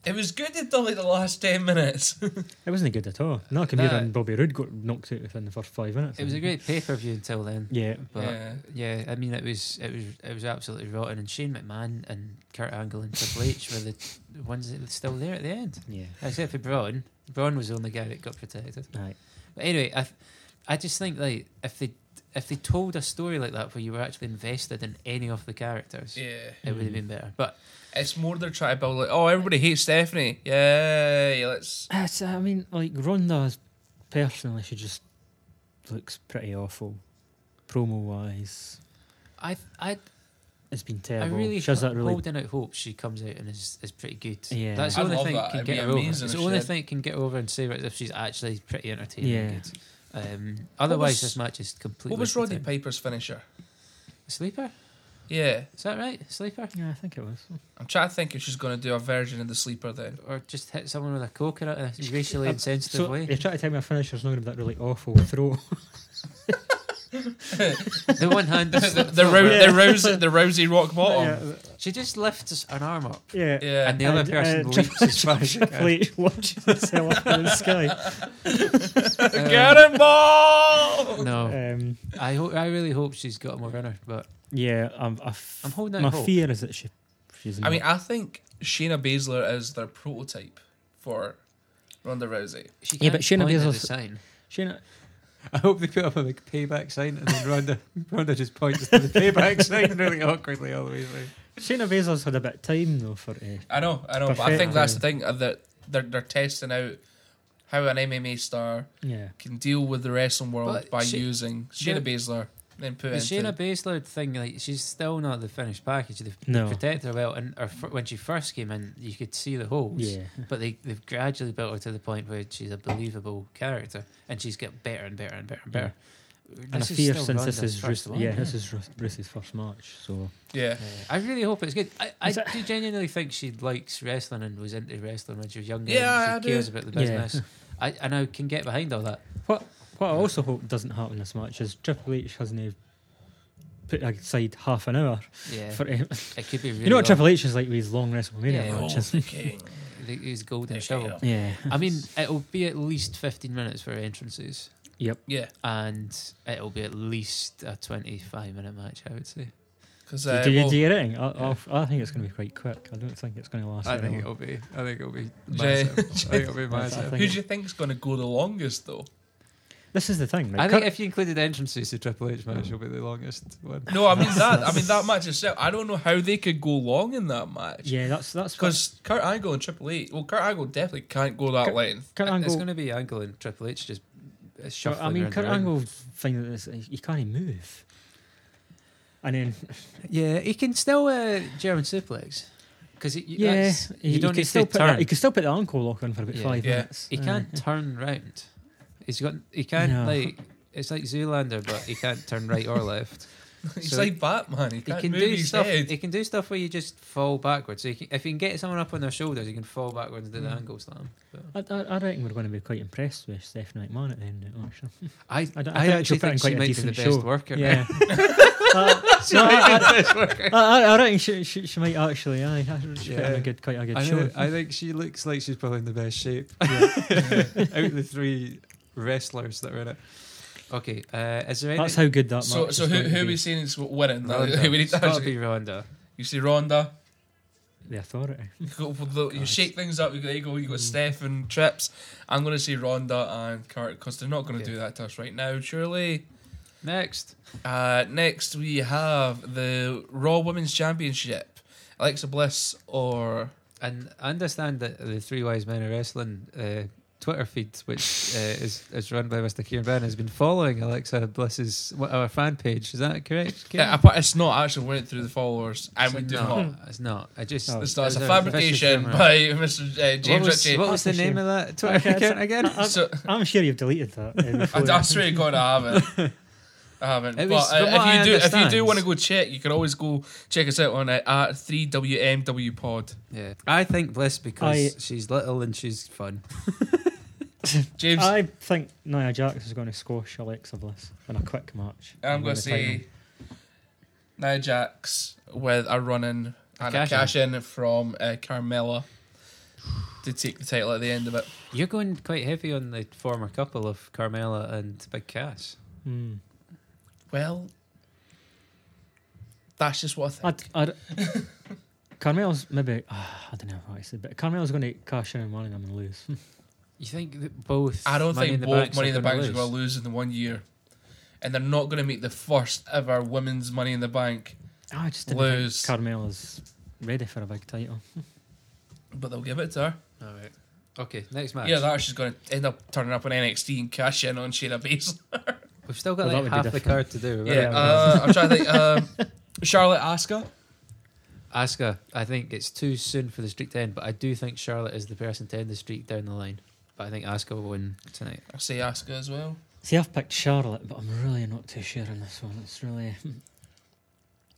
It was good until like the last 10 minutes. (laughs) it wasn't good at all. Not compared That- and Bobby Roode got knocked out within the first five minutes. it was a great pay per view until then. Yeah, But yeah. Yeah. I mean, it was it was it was absolutely rotten. And Shane McMahon and Kurt Angle and Triple H were the ones that were still there at the end, yeah. except for Braun. Braun was the only guy that got protected. Right. But anyway, I, th- I just think like if they if they told a story like that where you were actually invested in any of the characters, yeah. it would have been better. But It's more they're trying to build like, oh, everybody hates Stephanie. Yay, let's. It's, Uh, I mean, like Ronda personally, she just looks pretty awful, promo wise. I th- I It's been I terrible. really she has that ho- really. holding out hope she comes out and is, is pretty good. Yeah. that's the I'd only love thing that. that can It'd be get her over. amazing It's if the she only did. thing that can get her over and save it is if she's actually pretty entertaining. and Yeah. Good. Um, otherwise, was- this match is completely. What was wasted Roddy time. Piper's finisher? Sleeper? Yeah. Is that right? Sleeper? Yeah, I think it was. I'm trying to think if she's going to do a version of the sleeper then. Or just hit someone with a coconut (laughs) in a racially Uh, insensitive So way? you're trying to tell me a finisher's not going to be that really awful throw. the one (laughs) hand. the, the, the, rou- Yeah. the, (laughs) rousy, the rousy rock bottom. yeah, She just lifts an arm up. yeah. (laughs) Yeah. And the other And, person uh, leaps (laughs) as far as she Triple can. (laughs) H launches himself up in the sky. Cannonball! Um, No, Um, I hope. I really hope she's got more in her, but yeah, I'm. I f- I'm holding out My hope. fear is that she. She's I mean, not- I think Shayna Baszler is their prototype for Ronda Rousey. she can't Yeah, but Shayna point at the Baszler's- sign. Shayna. I hope they put up a big payback sign, and then (laughs) Ronda, Ronda just points to the payback (laughs) sign really awkwardly all the way through. Shayna Baszler's had a bit of time though for. Uh, I know, I know, but I think Perfect. that's the thing uh, that they're, they're testing out how an MMA star yeah. can deal with the wrestling world But by she- using Yeah. Shayna Baszler, then put The into Shayna Baszler thing, like she's still not the finished package. They've No. protected her well, and her, fir- when she first came in, you could see the holes. Yeah. But they, they've gradually built her to the point where she's a believable character, and she's got better and better and better and better. And I This is fear still since this Ronda's is first Bruce, one, yeah, this is Bruce- Bruce's first match, so yeah. I really hope it's good. I, I Is it- do genuinely think she likes wrestling and was into wrestling when she was younger. Yeah, and I she do. cares about the Yeah. business. I and I can get behind all that. What what I also hope doesn't happen in this match is Triple H hasn't put aside half an hour Yeah, for him. it could be. Really you know what awful. Triple E? H is like with his long (laughs) WrestleMania Yeah. Oh, matches. the (laughs) king. The- His golden Yeah. shovel. Yeah. I mean, it'll be at least fifteen minutes for entrances, Yeah, and it'll be at least a twenty-five minute match. I would say. because Do, uh, do, you, well, do you think? I, yeah. I, I think it's going to be quite quick. I don't think it's going to last. very long. be. I think it'll be. Jay- massive. I think it'll be (laughs) That's- I who think- do you think's going to go the longest (laughs) though? This is the thing. Right? I think Kurt- if you included entrances, the Triple H match will be the longest one. No, I mean that. I mean that match itself. I don't know how they could go long in that match. yeah, that's that's what- Because Kurt Angle and Triple H, well, Kurt Angle definitely can't go that Kurt- length. Kurt It's Angle. going to be Angle and Triple H just. uh, Kurt- Shuffling I mean, around the Kurt ring. Angle find that this, he can't even move. And then Yeah, he can still uh, German suplex because yeah, he, you he don't can need still to put that- turn. he can still put the ankle lock on for about Yeah. five Yeah. minutes. he Uh, can't turn round. He's got he can't No. like it's like Zoolander, but he can't turn right or (laughs) left. (laughs) He's So like Batman. He He can't can move do his stuff. head. He can do stuff where you just fall backwards. So you can, if you can get someone up on their shoulders, you can fall backwards and do the Mm. angle slam. But I, I, I reckon we're going to be quite impressed with Stephanie McMahon at the end of it, actually. I I, don't, I, think actually she'll put in think quite she a might be the decent best show. worker. Yeah. (laughs) Uh, (laughs) no, I, I, I, I reckon she, she, she might actually. Aye, I reckon she put in Yeah. a good, quite a good I, show. know, I think she looks like she's probably in the best (laughs) shape (laughs) out of the three wrestlers that are in it. Okay. Uh, is there any? That's (laughs) how good that So, match so is who going to who are be. we saying is winning? Ronda. (laughs) We need It's to got to actually- be Ronda. You see Ronda. the authority? (laughs) You, go for the- you God. shake things up. You go, there you go. Mm. You got Steph and Trips. I'm going to say Ronda and Kurt because they're not going to Okay. do that to us right now, surely. Next. Uh, next, we have the Raw Women's Championship. Alexa Bliss or And I understand that the three wise men of wrestling uh, Twitter feed, which uh, (laughs) is is run by Mr. Kieran Byrne, has been following Alexa Bliss's what, our fan page. Is that correct? Kieran? Yeah, I put, it's not actually went through the followers, and we It's do not. not. It's not. I just. Oh. It's not. It's it a was fabrication vicious rumor. by Mr. Uh, James what was, Ritchie. what was the That's a name shame. of that Twitter Okay, account so- again? I- I- So I'm sure you've deleted (laughs) that. uh, I, before- I swear to God, I haven't. (laughs) I haven't. It was- but uh, from what I if you do, if you do understand- want to go check, you can always go check us out on uh, at three WMW Pod. Yeah, I think Bliss because she's little and she's fun. James, I, I think Nia Jax is going to squash Alexa Bliss in a quick match. am going to Win the say Nia Jax with a run in and a Cash in. cash in from uh, Carmella to take the title at the end of it. You're going quite heavy on the former couple of Carmela and Big Cass. title. Hmm. Well, that's just what I think. I'd, I'd, (laughs) Carmel's maybe (sighs) ah, I don't know what I said, but Carmel's going to cash in on one of them and lose. Hmm. You think that both? I don't Money think in the both Banks Money in the Banks are gonna going to lose? lose in the one year, and they're not going to make the first ever women's Money in the Bank. I just didn't Lose. think Carmel's ready for a big title. But they'll give it to her. All right. Okay. Next match. Yeah, that's just going to end up turning up on NXT and cash in on Shayna Baszler. We've still got Well, like that would be half the different. card to do. Yeah, (laughs) right? uh, I'm trying to think. (laughs) Um, Charlotte Asuka. Asuka, I think it's too soon for the streak to end, but I do think Charlotte is the person to end the streak down the line. But I think Asuka will win tonight. I'll say Asuka as well. See, I've picked Charlotte, but I'm really not too sure on this one. It's really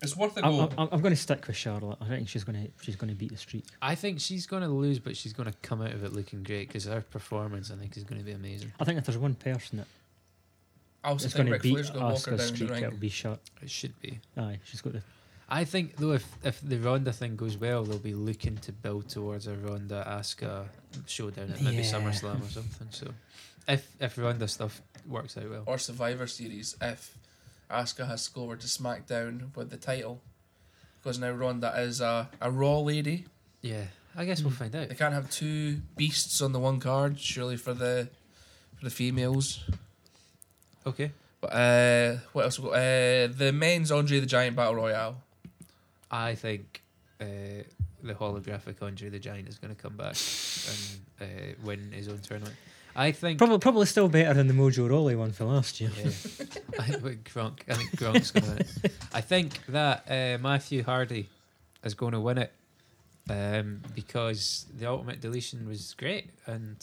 It's worth a I'm, go. I'm, I'm going to stick with Charlotte. I think she's going to she's going to beat the streak. I think she's going to lose, but she's going to come out of it looking great because her performance, I think, is going to be amazing. I think if there's one person that I also is think going to Ric beat Flair's going to walk her down Asuka's the streak, it'll ring. be Charlotte. It should be. Aye, she's got the. I think though, if if the Ronda thing goes well, they'll be looking to build towards a Ronda Asuka showdown at maybe Yeah. SummerSlam or something. So, if if Ronda stuff works out well, Or Survivor Series if Asuka has to go over to SmackDown with the title. Because now Ronda is a, a Raw lady. yeah, I guess we'll find out. They can't have two beasts on the one card, surely for the for the females. Okay, But uh, what else? We got? Uh, the men's Andre the Giant Battle Royale. I think uh, the holographic Andre the Giant is going to come back and uh, win his own tournament. I think. Probably probably still better than the Mojo Rawley one for last year. Yeah. (laughs) I think Gronk. I think Gronk's going to win it. I think that uh, Matthew Hardy is going to win it um, because the ultimate deletion was great and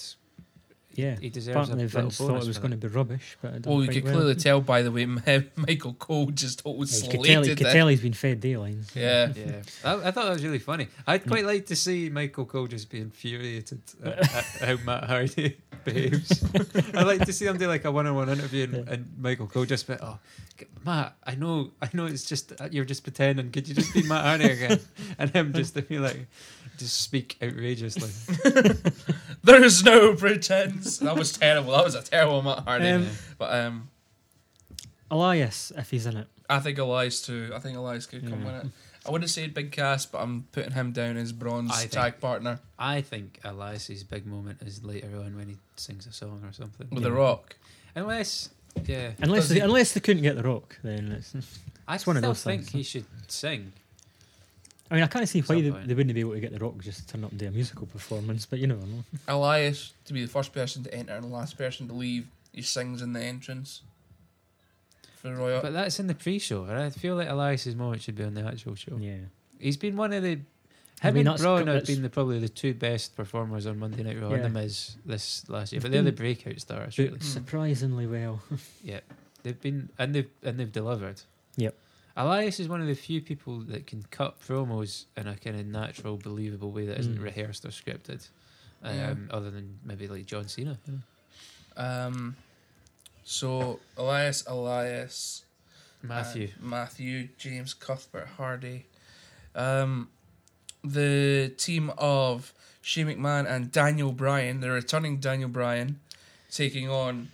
Yeah. he deserves Apparently, a little Vince thought bonus. it was for going to that. be rubbish, but it didn't Well, Oh, you quite could well. clearly tell by the way (laughs) Michael Cole just always Yeah, you could tell, you slated could it. tell he's been fed day lines. Yeah. Yeah, I, I thought that was really funny. I'd quite like to see Michael Cole just be infuriated at, at how Matt Hardy (laughs) (laughs) behaves. I'd like to see him do like a one-on-one interview and, and Michael Cole just be, "Oh, g- Matt, I know, I know, it's just uh, you're just pretending. Could you just be Matt Hardy again?" (laughs) And him just to be like, just speak outrageously. There is no (laughs) pretense. That was terrible. That was a terrible Matt Hardy. Um, but um, Elias, if he's in it. I think Elias too. I think Elias could come Yeah. win it. I wouldn't say big cast, but I'm putting him down as bronze I think- tag partner I think Elias's big moment is later on when he sings a song or something. with The Rock. Unless, yeah, Unless Does he- they, unless they couldn't get the rock, then it's. I It's one of still those think things, he should sing. I mean, I can't see why Some they, point. they wouldn't be able to get the rock just to turn up and do a musical performance, but you never know. Elias to be the first person to enter and the last person to leave. He sings in the entrance for Royal. But that's in the pre-show, and I feel like Elias's moment should be on the actual show. Yeah. He's been one of the. I Him and mean, that's- Braun have that's- been the, probably the two best performers on Monday Night Raw. and Yeah. Them is this last year, but They've they're the been- breakout stars. Really. But surprisingly well. They've been and they've and they've delivered. Yep. Elias is one of the few people that can cut promos in a kind of natural, believable way that isn't Mm. rehearsed or scripted. Um, Yeah. Other than maybe like John Cena. Um, so Elias, Elias, Matthew. uh, Matthew, James Cuthbert, Hardy, um, the team of Shane McMahon and Daniel Bryan, the returning Daniel Bryan, taking on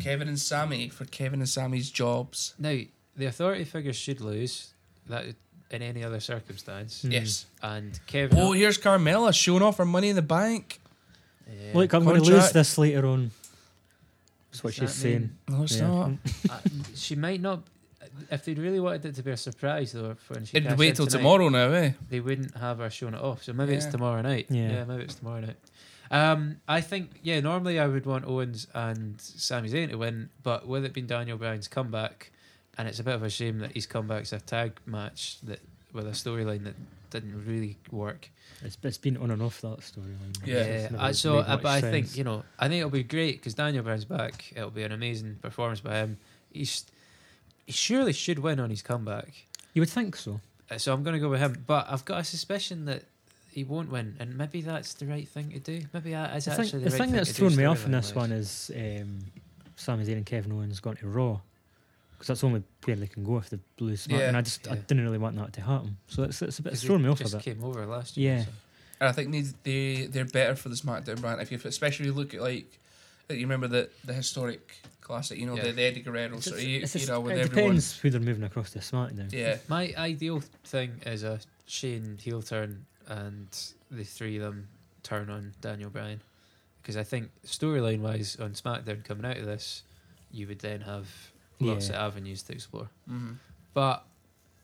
Kevin and Sammy for Kevin and Sammy's jobs. Now the authority figures should lose that in any other circumstance. Mm. Yes. And Kevin. Oh, here's Carmella showing off her money in the bank. Yeah. Look, I'm going to lose Contract. this later on. That's what Does that she's saying. No, it's Yeah. not. Uh, she might not. If they really wanted it to be a surprise, though, for when she It'd cashed wait in till tonight, tomorrow now, eh? they wouldn't have her showing it off. So maybe it's Yeah. tomorrow night. Yeah. maybe it's tomorrow night. Um, I think yeah. Normally, I would want Owens and Sami Zayn to win, but with it being Daniel Bryan's comeback, and it's a bit of a shame that his comeback's a tag match that with a storyline that didn't really work. It's, it's been on and off that storyline. Yeah. It's never I, so made I, much but I think sense. you know, I think it'll be great because Daniel Bryan's back. It'll be an amazing performance by him. He's he surely should win on his comeback. you would think so. Uh, So I'm going to go with him, but I've got a suspicion that he won't win, and maybe that's the right thing to do. Maybe that is The actually thing, the, the right thing thing that's to do thrown me off in storyline this wise. one is um, Sami Zayn and Kevin Owens going to Raw because that's the only where they can go if they lose. SmackDown. Yeah. and I just I Yeah. didn't really want that to happen. So it's, it's a bit 'Cause it's they thrown me off a just bit. came over last year. Yeah. so. And I think they, they they're better for the SmackDown brand. If you especially look at like you remember the the historic classic, you know, Yeah. the, the Eddie Guerrero It's sort just- of it's you just- know with it everyone. depends who they're moving across to SmackDown. Yeah, My ideal thing is a Shane heel turn and the three of them turn on Daniel Bryan. Because I think storyline wise on SmackDown coming out of this, you would then have lots Yeah. of avenues to explore. hmm But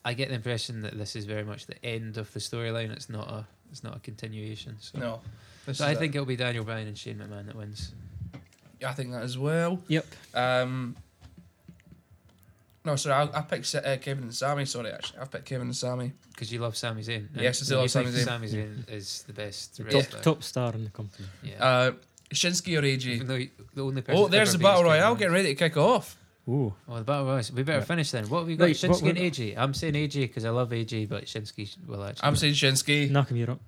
I get the impression that this is very much the end of the storyline. It's not a it's not a continuation. So, no, This so is I it. think it'll be Daniel Bryan and Shane McMahon that wins. I think that as well. Yep. Um, no, sorry, I, I picked uh, Kevin and Sammy. Sorry, actually, I picked Kevin and Sammy. Because you love Sami Zayn. and Yes, I do you love think Sami Zayn. Sami Zayn is the (laughs) best. The wrestler. top, top star in the company. Yeah. Uh, Shinsuke or AJ? Even though he- the only person Oh, that's there's ever the beat battle is Kevin royale Owens. getting ready to kick off. Oh, Well, the battle royals. We better Right. finish then. What have we got? Right, Shinsuke what- and AJ. I'm saying AJ because I love AJ, but Shinsuke will actually. I'm saying Shinsuke. knock him here up.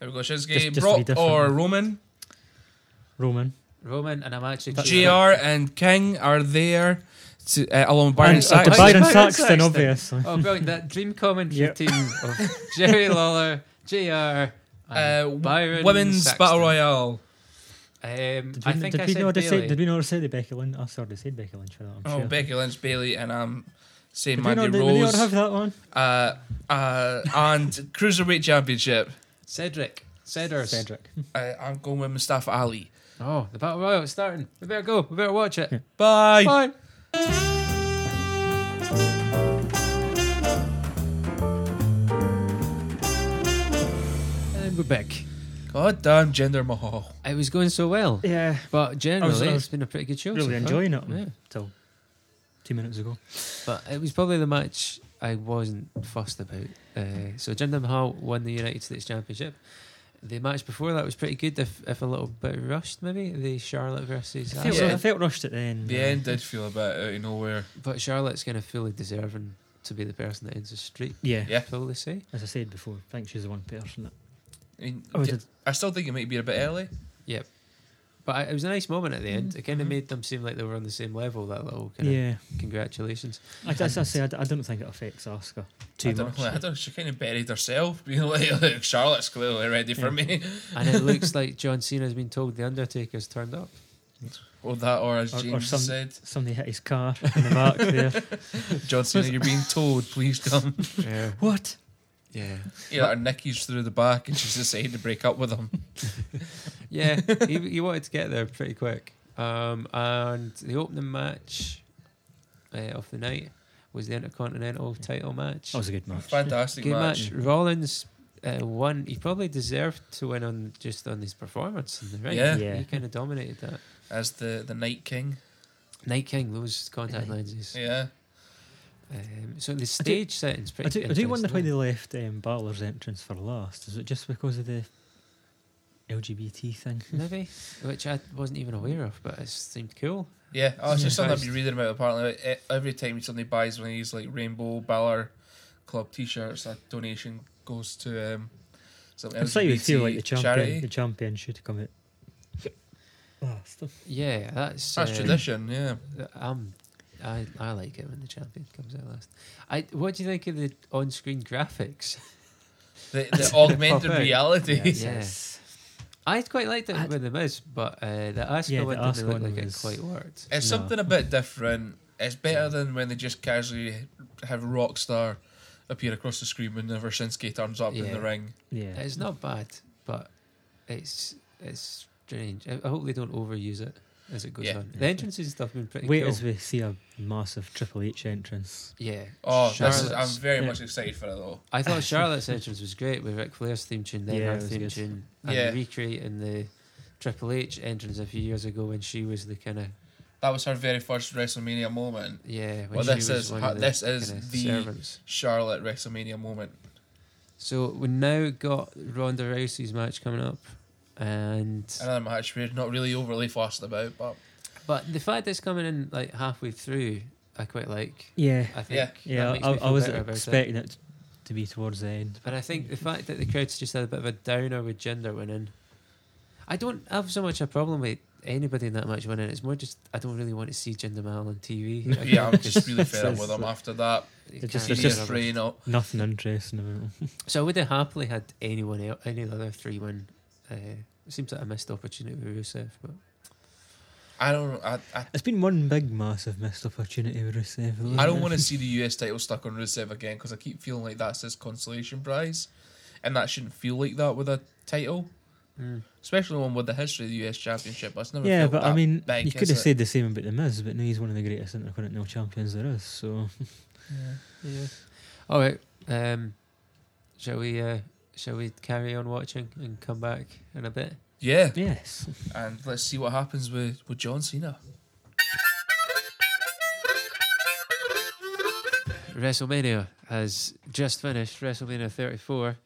There we go, Shinsuke. Just- just to be Brock different. or Roman? Roman. Roman, and I'm actually. That's- Jr. and King are there, to, uh, along with Byron And- uh, Saxton. to Byron Byron Saxton. Saxton, obviously. Oh, brilliant! That dream commentary Yeah. team (laughs) of Jerry Lawler, Jr. and Uh, Byron women's Saxton. battle royale. Um, Did we, I think did I we said not Bailey. say? Did we not say the Becky Lynch? I sorry, they said Becky Lynch for that. I'm Oh, sure. Becky Lynch, Bailey, and um, saying Did we Mandy not, did we not Rose, have that one? uh, uh, and (laughs) cruiserweight championship. Cedric. Cedars. Cedric. I, I'm going with Mustafa Ali. Oh, the battle royal is starting. We better go. We better watch it. Bye. Bye. And we're back. God damn, Jinder Mahal. It was going so well. Yeah, But generally, I was it's been a pretty good show. so really far. enjoying it Yeah. until two minutes ago. But it was probably the match I wasn't fussed about. Uh, so Jinder Mahal won the United States Championship. The match before that was pretty good, if, if a little bit rushed, maybe. The Charlotte versus I Asuka. felt, Yeah. I felt rushed at the end. The uh, end did feel a bit out of nowhere. But Charlotte's kind of fully deserving to be the person that ends the streak, Yeah. Yeah. probably say. As I said before, I think she's the one person that. I, mean, Oh, yeah, did, I still think it might be a bit early. But I, it was a nice moment at the end. It kind of made them seem like they were on the same level, that little kind of Mm-hmm. yeah. congratulations. I, as I say, I, d- I don't think it affects Oscar too I don't much. know. I don't, she kind of buried herself. (laughs) Being like, look, Charlotte's clearly ready for Yeah. me. And it looks (laughs) like John Cena's been told The Undertaker's turned up. Or that, or as Or- or James some- said, Somebody hit his car in the back (laughs) there. John Cena, you're being told, please come. Yeah. What? yeah. (laughs) Yeah, or Nikki's through the back and she's decided to break up with (laughs) him. (laughs) Yeah, he, he wanted to get there pretty quick. Um, and the opening match uh, of the night was the Intercontinental title match. That was a good Oh, match. Fantastic Good match. match. Rollins uh, won. He probably deserved to win on just on his performance in the ring. Yeah. Yeah. He kind of dominated that. As the, the Night King. Night King, those contact lenses. Yeah. Um, so the stage setting's I pretty do, I do wonder why interesting, they left um, Balor's entrance for last. Is it just because of the LGBT thing? Maybe, which I wasn't even aware of, but it seemed cool. Yeah. Oh, it's just Yeah. something I've been reading about apparently. E- Every time somebody buys one of these like Rainbow Balor Club t shirts, that donation goes to um, some It's like you LGBT feel like the champion, charity. the champion should (laughs) come out. last. Yeah, that's That's uh, tradition, (laughs) yeah. Um, I I like it when the champion comes out last. I what do you think of the on-screen graphics? The, the augmented Perfect. reality. Yes. I quite liked it I- with the Miz, but uh, the Asuka Yeah, the one didn't Asuka look one like it was- quite worked. It's No. something a bit different. It's better than when they just casually have Rockstar appear across the screen whenever Shinsuke turns up in Yeah. the ring. Yeah. It's not bad, but it's it's strange. I, I hope they don't overuse it as it goes Yeah. on. The entrances and stuff have been pretty Wait cool. as we see a massive Triple H entrance. yeah. Oh, this is, I'm Charlotte's- very Yeah. much excited for it though. I thought Charlotte's entrance was great with Ric Flair's theme tune, then Yeah, her it was theme good. tune, and Yeah. recreating the Triple H entrance a few years ago when she was the kind of That was her very first WrestleMania moment. yeah. When Well, she this was is one her- of the this is kinda the- servants. Charlotte WrestleMania moment. So we now got Ronda Rousey's match coming up, and Another match we're not really overly fussed about, (laughs) but but the fact it's coming in like halfway through, I quite like. Yeah, I think Yeah. that yeah. makes I, me I feel was better about it. expecting it. to be towards the end. But I think the fact that the crowd's just had a bit of a downer with Jinder winning, I don't have so much a problem with anybody in that match winning. It's more just I don't really want to see Jinder Mahal on TV. I yeah, (laughs) I'm can't just really fed up Says with them that- after that you It's just- can't it's be serious just- bothered. reign up. Nothing interesting about it. So I would have happily had anyone else, any of the other three win. Uh, it seems like a missed opportunity with Rusev, but I don't. I, I, It's been one big, massive missed opportunity with Rusev. hasn't I it? don't want to see the US title stuck on Rusev again because I keep feeling like that's his consolation prize, and that shouldn't feel like that with a title, Mm. especially one with the history of the US Championship. That's never. Yeah, felt but that I mean, big, you could have has it? said the same about the Miz, but now he's one of the greatest intercontinental champions there is. (laughs) So yeah. All right. Um, shall we? Uh, shall we carry on watching and come back in a bit? Yeah, yes, and let's see what happens with with John Cena. WrestleMania has just finished. WrestleMania 34.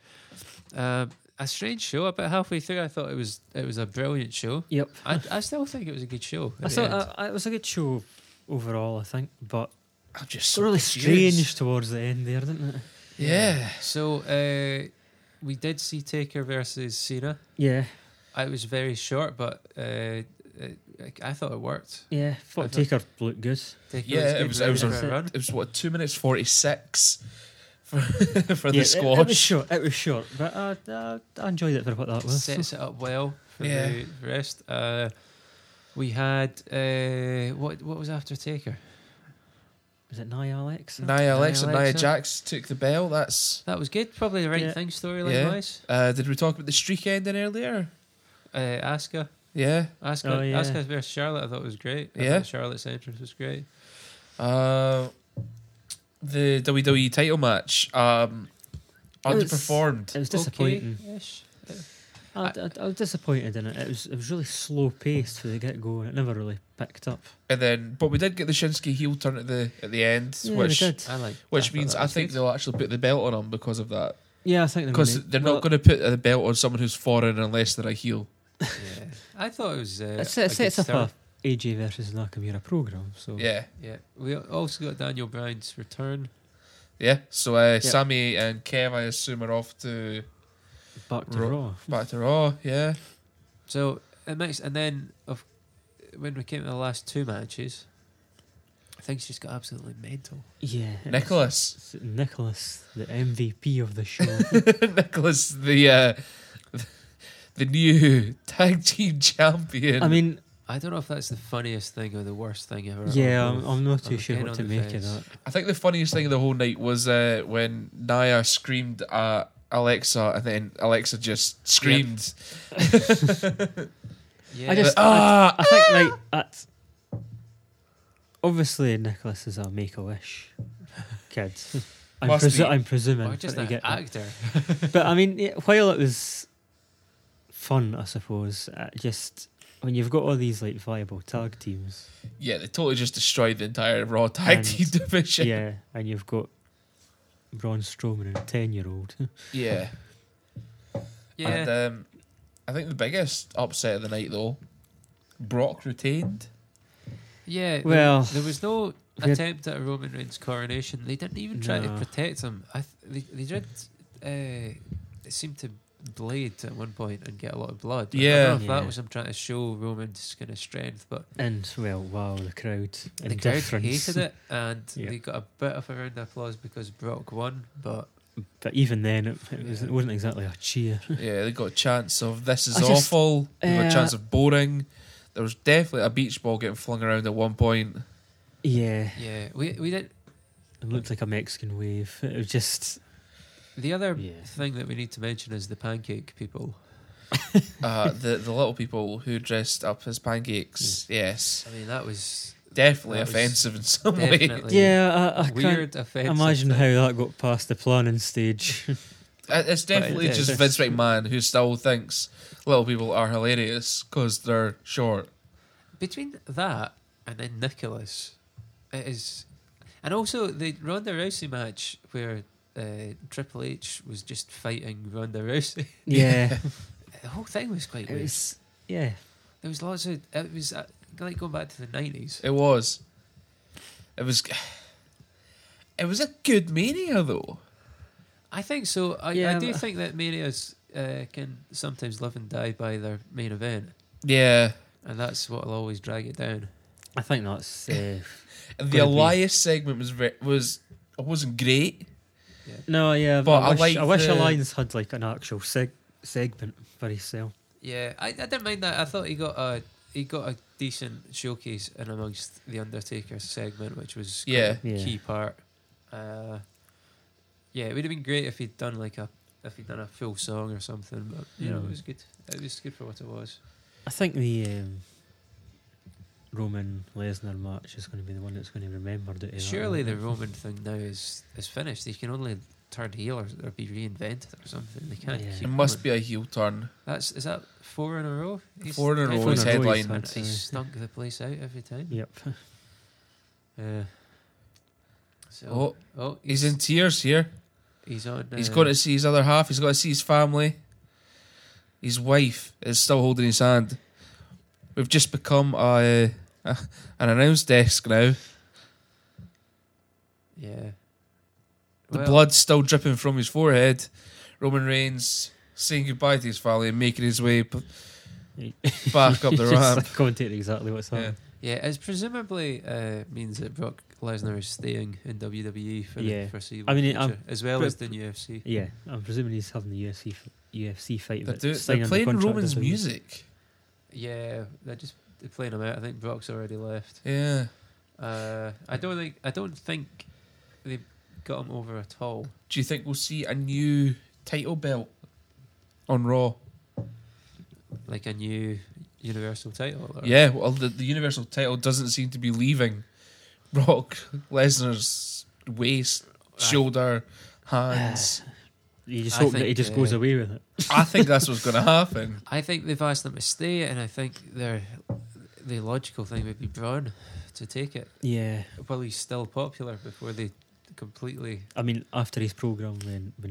Um, a strange show. About halfway through, I thought it was it was a brilliant show. yep. I, I still think it was a good show. I thought I, it was a good show overall, I think, but I'm just it's so really confused. strange towards the end there, didn't it? Yeah, so uh, we did see Taker versus Cena. Yeah, It was very short, but uh, it, I thought it worked. yeah. I Thought thought- Taker looked good. Taker Yeah, it good was- right it was for a- a run. it was what two minutes forty six for (laughs) for the Yeah, it- It, was squash. short. It was short, but I, I, I enjoyed it for what that was. sets it up well for Yeah. the rest. Uh, we had uh, what what was after Taker? Was it Nia Alex? Nia Alex and Nia Alexa. Jax took the bell. That's That was good, probably the right Yeah. thing storyline Yeah. wise. uh, did we talk about the streak ending earlier? Uh, Asuka, Yeah. Asuka, Oh, yeah. Asuka versus Charlotte. I thought was great. I Yeah. thought Charlotte's entrance was great. Uh, the WWE title match um, It was- underperformed. It was disappointing. Okay-ish. I, I, I was disappointed in it. It was it was really slow paced for the get go, and it never really picked up. And then, but we did get the Shinsuke heel turn at the at the end, Yeah, they which did. I like. which thought means that I was think good. they'll actually put the belt on him because of that. Yeah, I think Because they're not going to put the belt on someone who's foreign unless they're a heel. yeah. I thought it was. Uh, It a sets, good sets up start. a AJ versus Nakamura program. So Yeah, Yeah, we also got Daniel Bryan's return. yeah. So uh, Sammy and Kev, I assume, are off to back to Ro- Raw. back to Raw. Yeah, So it makes, and then of when we came to the last two matches, things just got absolutely mental. Yeah, it Nicholas, (laughs) was Nicholas, the MVP of the show. Nicholas, the uh, (laughs) the new tag team champion. I mean, I don't know if that's the funniest thing or the worst thing ever. yeah, or I'm, both. I'm not too I'm sure getting what on to the make of fence. that. I think the funniest thing of the whole night was uh, when Naya screamed at Alexa, and then Alexa just screamed. Yeah, I just, Ah! I, I think like at, obviously Nicholas is a make (laughs) a wish kid. I'm, Must presu- be. I'm presuming, or that just they an get that. (laughs) actor. but I mean, yeah, while it was fun, I suppose, uh, just when you've got all these like viable tag teams, Yeah, they totally just destroyed the entire Raw tag And- team division. Yeah, and you've got Braun Strowman and a ten year old. (laughs) Yeah. Yeah, And um, I think the biggest upset of the night, though, Brock (laughs) retained. yeah. there- Well, there, was no we had- attempt at a Roman Reigns coronation. They didn't even try to No. protect him. I th- they, they did. Uh, it seemed to blade at one point and get a lot of blood. I don't Yeah. know if that Yeah. was him trying to show Roman's kind of strength, but And well, wow, the crowd. the crowd hated it, and (laughs) Yeah. they got a bit of a round of applause because Brock won. But But even then, it, it, was, Yeah. it wasn't exactly a cheer. yeah, they got a chance of this is I just- awful. they got a uh, chance of boring. There was definitely a beach ball getting flung around at one point. Yeah, yeah, we we did it looked like a Mexican wave. It was just the other Yeah. thing that we need to mention is the pancake people. Uh, the the little people who dressed up as Hmm. pancakes. Yes. I mean, that (laughs) was definitely That was offensive in some way. (laughs) definitely Oh, yeah. I, I can't weird offensive. imagine thing. (laughs) how that got past the planning stage. It- It's definitely is. just Vince McMahon who still thinks little people are hilarious because they're short. Between that and then Nicholas, it is, and also the Ronda Rousey match where uh, Triple H was just fighting Ronda Rousey. (laughs) Yeah. The whole thing was (laughs) quite it weird. was. Yeah. There was lots of it was uh, like going back to the nineties. It was. It was. It was a good mania though. I think so. I, I Yeah, do but- think that manias uh, can sometimes live and die by their main event, Yeah. and that's what'll always drag it down. I think that's. Uh, The Gonna be- Elias segment was ve- was it wasn't great. (laughs) no, yeah. But I I wish, like I wish the- Alliance had like an actual seg- segment for himself. Yeah, I, I didn't mind that. I thought he got a he got a decent showcase in amongst the Undertaker segment, which was quite Yeah. a Yeah. key part. Uh, yeah, it would have been great if he'd done like a if he'd done a full song or something, but you know it Mm. was good. It was good for what it was. I think the um, Roman Lesnar match is going to be the one that's going to be remembered. out of that Surely (laughs) one. the Roman thing now is is finished. He can only turn heel or, or be reinvented or something. They can't. Yeah. keep It must going. be a heel turn. That's is that four in a row? Four in a row Four is in a row he's headline. had. And He stunk the place out every time. Yep. Yeah. So, Oh, oh, He's in tears here. He's on. He's uh, got to see his other half. He's got to see his family. His wife is still holding his hand. We've just become a, uh, an announce desk now. Yeah. The Well, blood's still dripping from his forehead. Roman Reigns saying goodbye to his family and making his way b- (laughs) back up the (laughs) Just ramp. commentate exactly what's Yeah. happening. Yeah, it's presumably uh, means that Brock Lesnar is staying in WWE for the Yeah. foreseeable I mean, future, I'm as well pre- as the UFC. Yeah, I'm presuming he's having the UFC f- UFC fight. They're, but do- signing they're the playing contract Roman's doesn't mean- music. Yeah, they're just they're playing him out. I think Brock's already left. Yeah. Uh, I don't think I don't think they got him over at all. Do you think we'll see a new title belt on Raw? Like a new Universal title. Or Yeah, well, the, the Universal title doesn't seem to be leaving (laughs) Brock Lesnar's waist, I- shoulder, hands. You just I hope think, that he just uh, goes away with it. I think that's what's going to (laughs) happen. I think they've asked them to stay, and I think their the logical thing would be Braun to take it Yeah, while he's still popular before they completely I mean after his program when with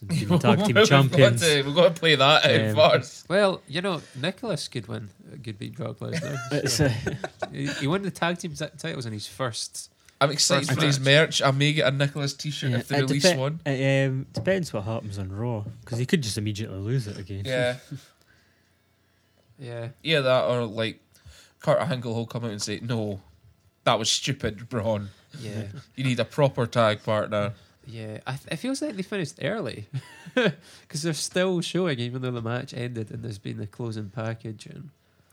(laughs) and being tag team champions. We've got to, we've got to play that out Um, first. Well, you know, Nicholas could win, could beat Brock Lesnar. It's, So, uh, he, he won the tag team t- titles in his first. I'm excited First for his merch. I may get a Nicholas t shirt yeah, if they it release depe- one. It um, depends what happens on Raw because he could just immediately lose it again. Yeah. Yeah, Yeah, that or like Carter Hinkle will come out and say, no, that was stupid, Braun. yeah, You need a proper tag partner. yeah. I th- it feels like they finished early (laughs) because they're still showing, even though the match ended and there's been the closing package. And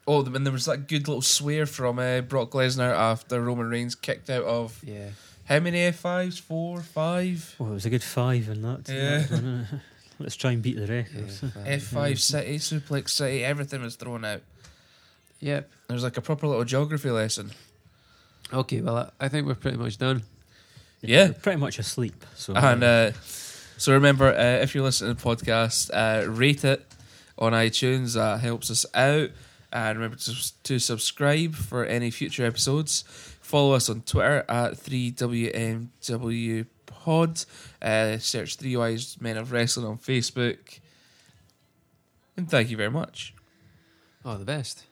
Oh, and there was that good little swear from uh, Brock Lesnar after Roman Reigns kicked out of yeah, How many A5s? Four, five? Well, Oh, it was a good five in that. Yeah. that one, wasn't it? Let's try and beat the yeah, (laughs) records. fine. F5 hmm. City, Suplex City, everything was thrown out. Yep. There's like a proper little geography lesson. Okay. Well, I, I think we're pretty much done. Yeah. We're pretty much asleep. So And uh, so remember, uh, if you're listening to the podcast, uh, rate it on iTunes. That helps us out. And remember to, to subscribe for any future episodes. Follow us on Twitter at 3WMW Pod. Uh, search Three Wise Men of Wrestling on Facebook. And thank you very much. Oh, the best.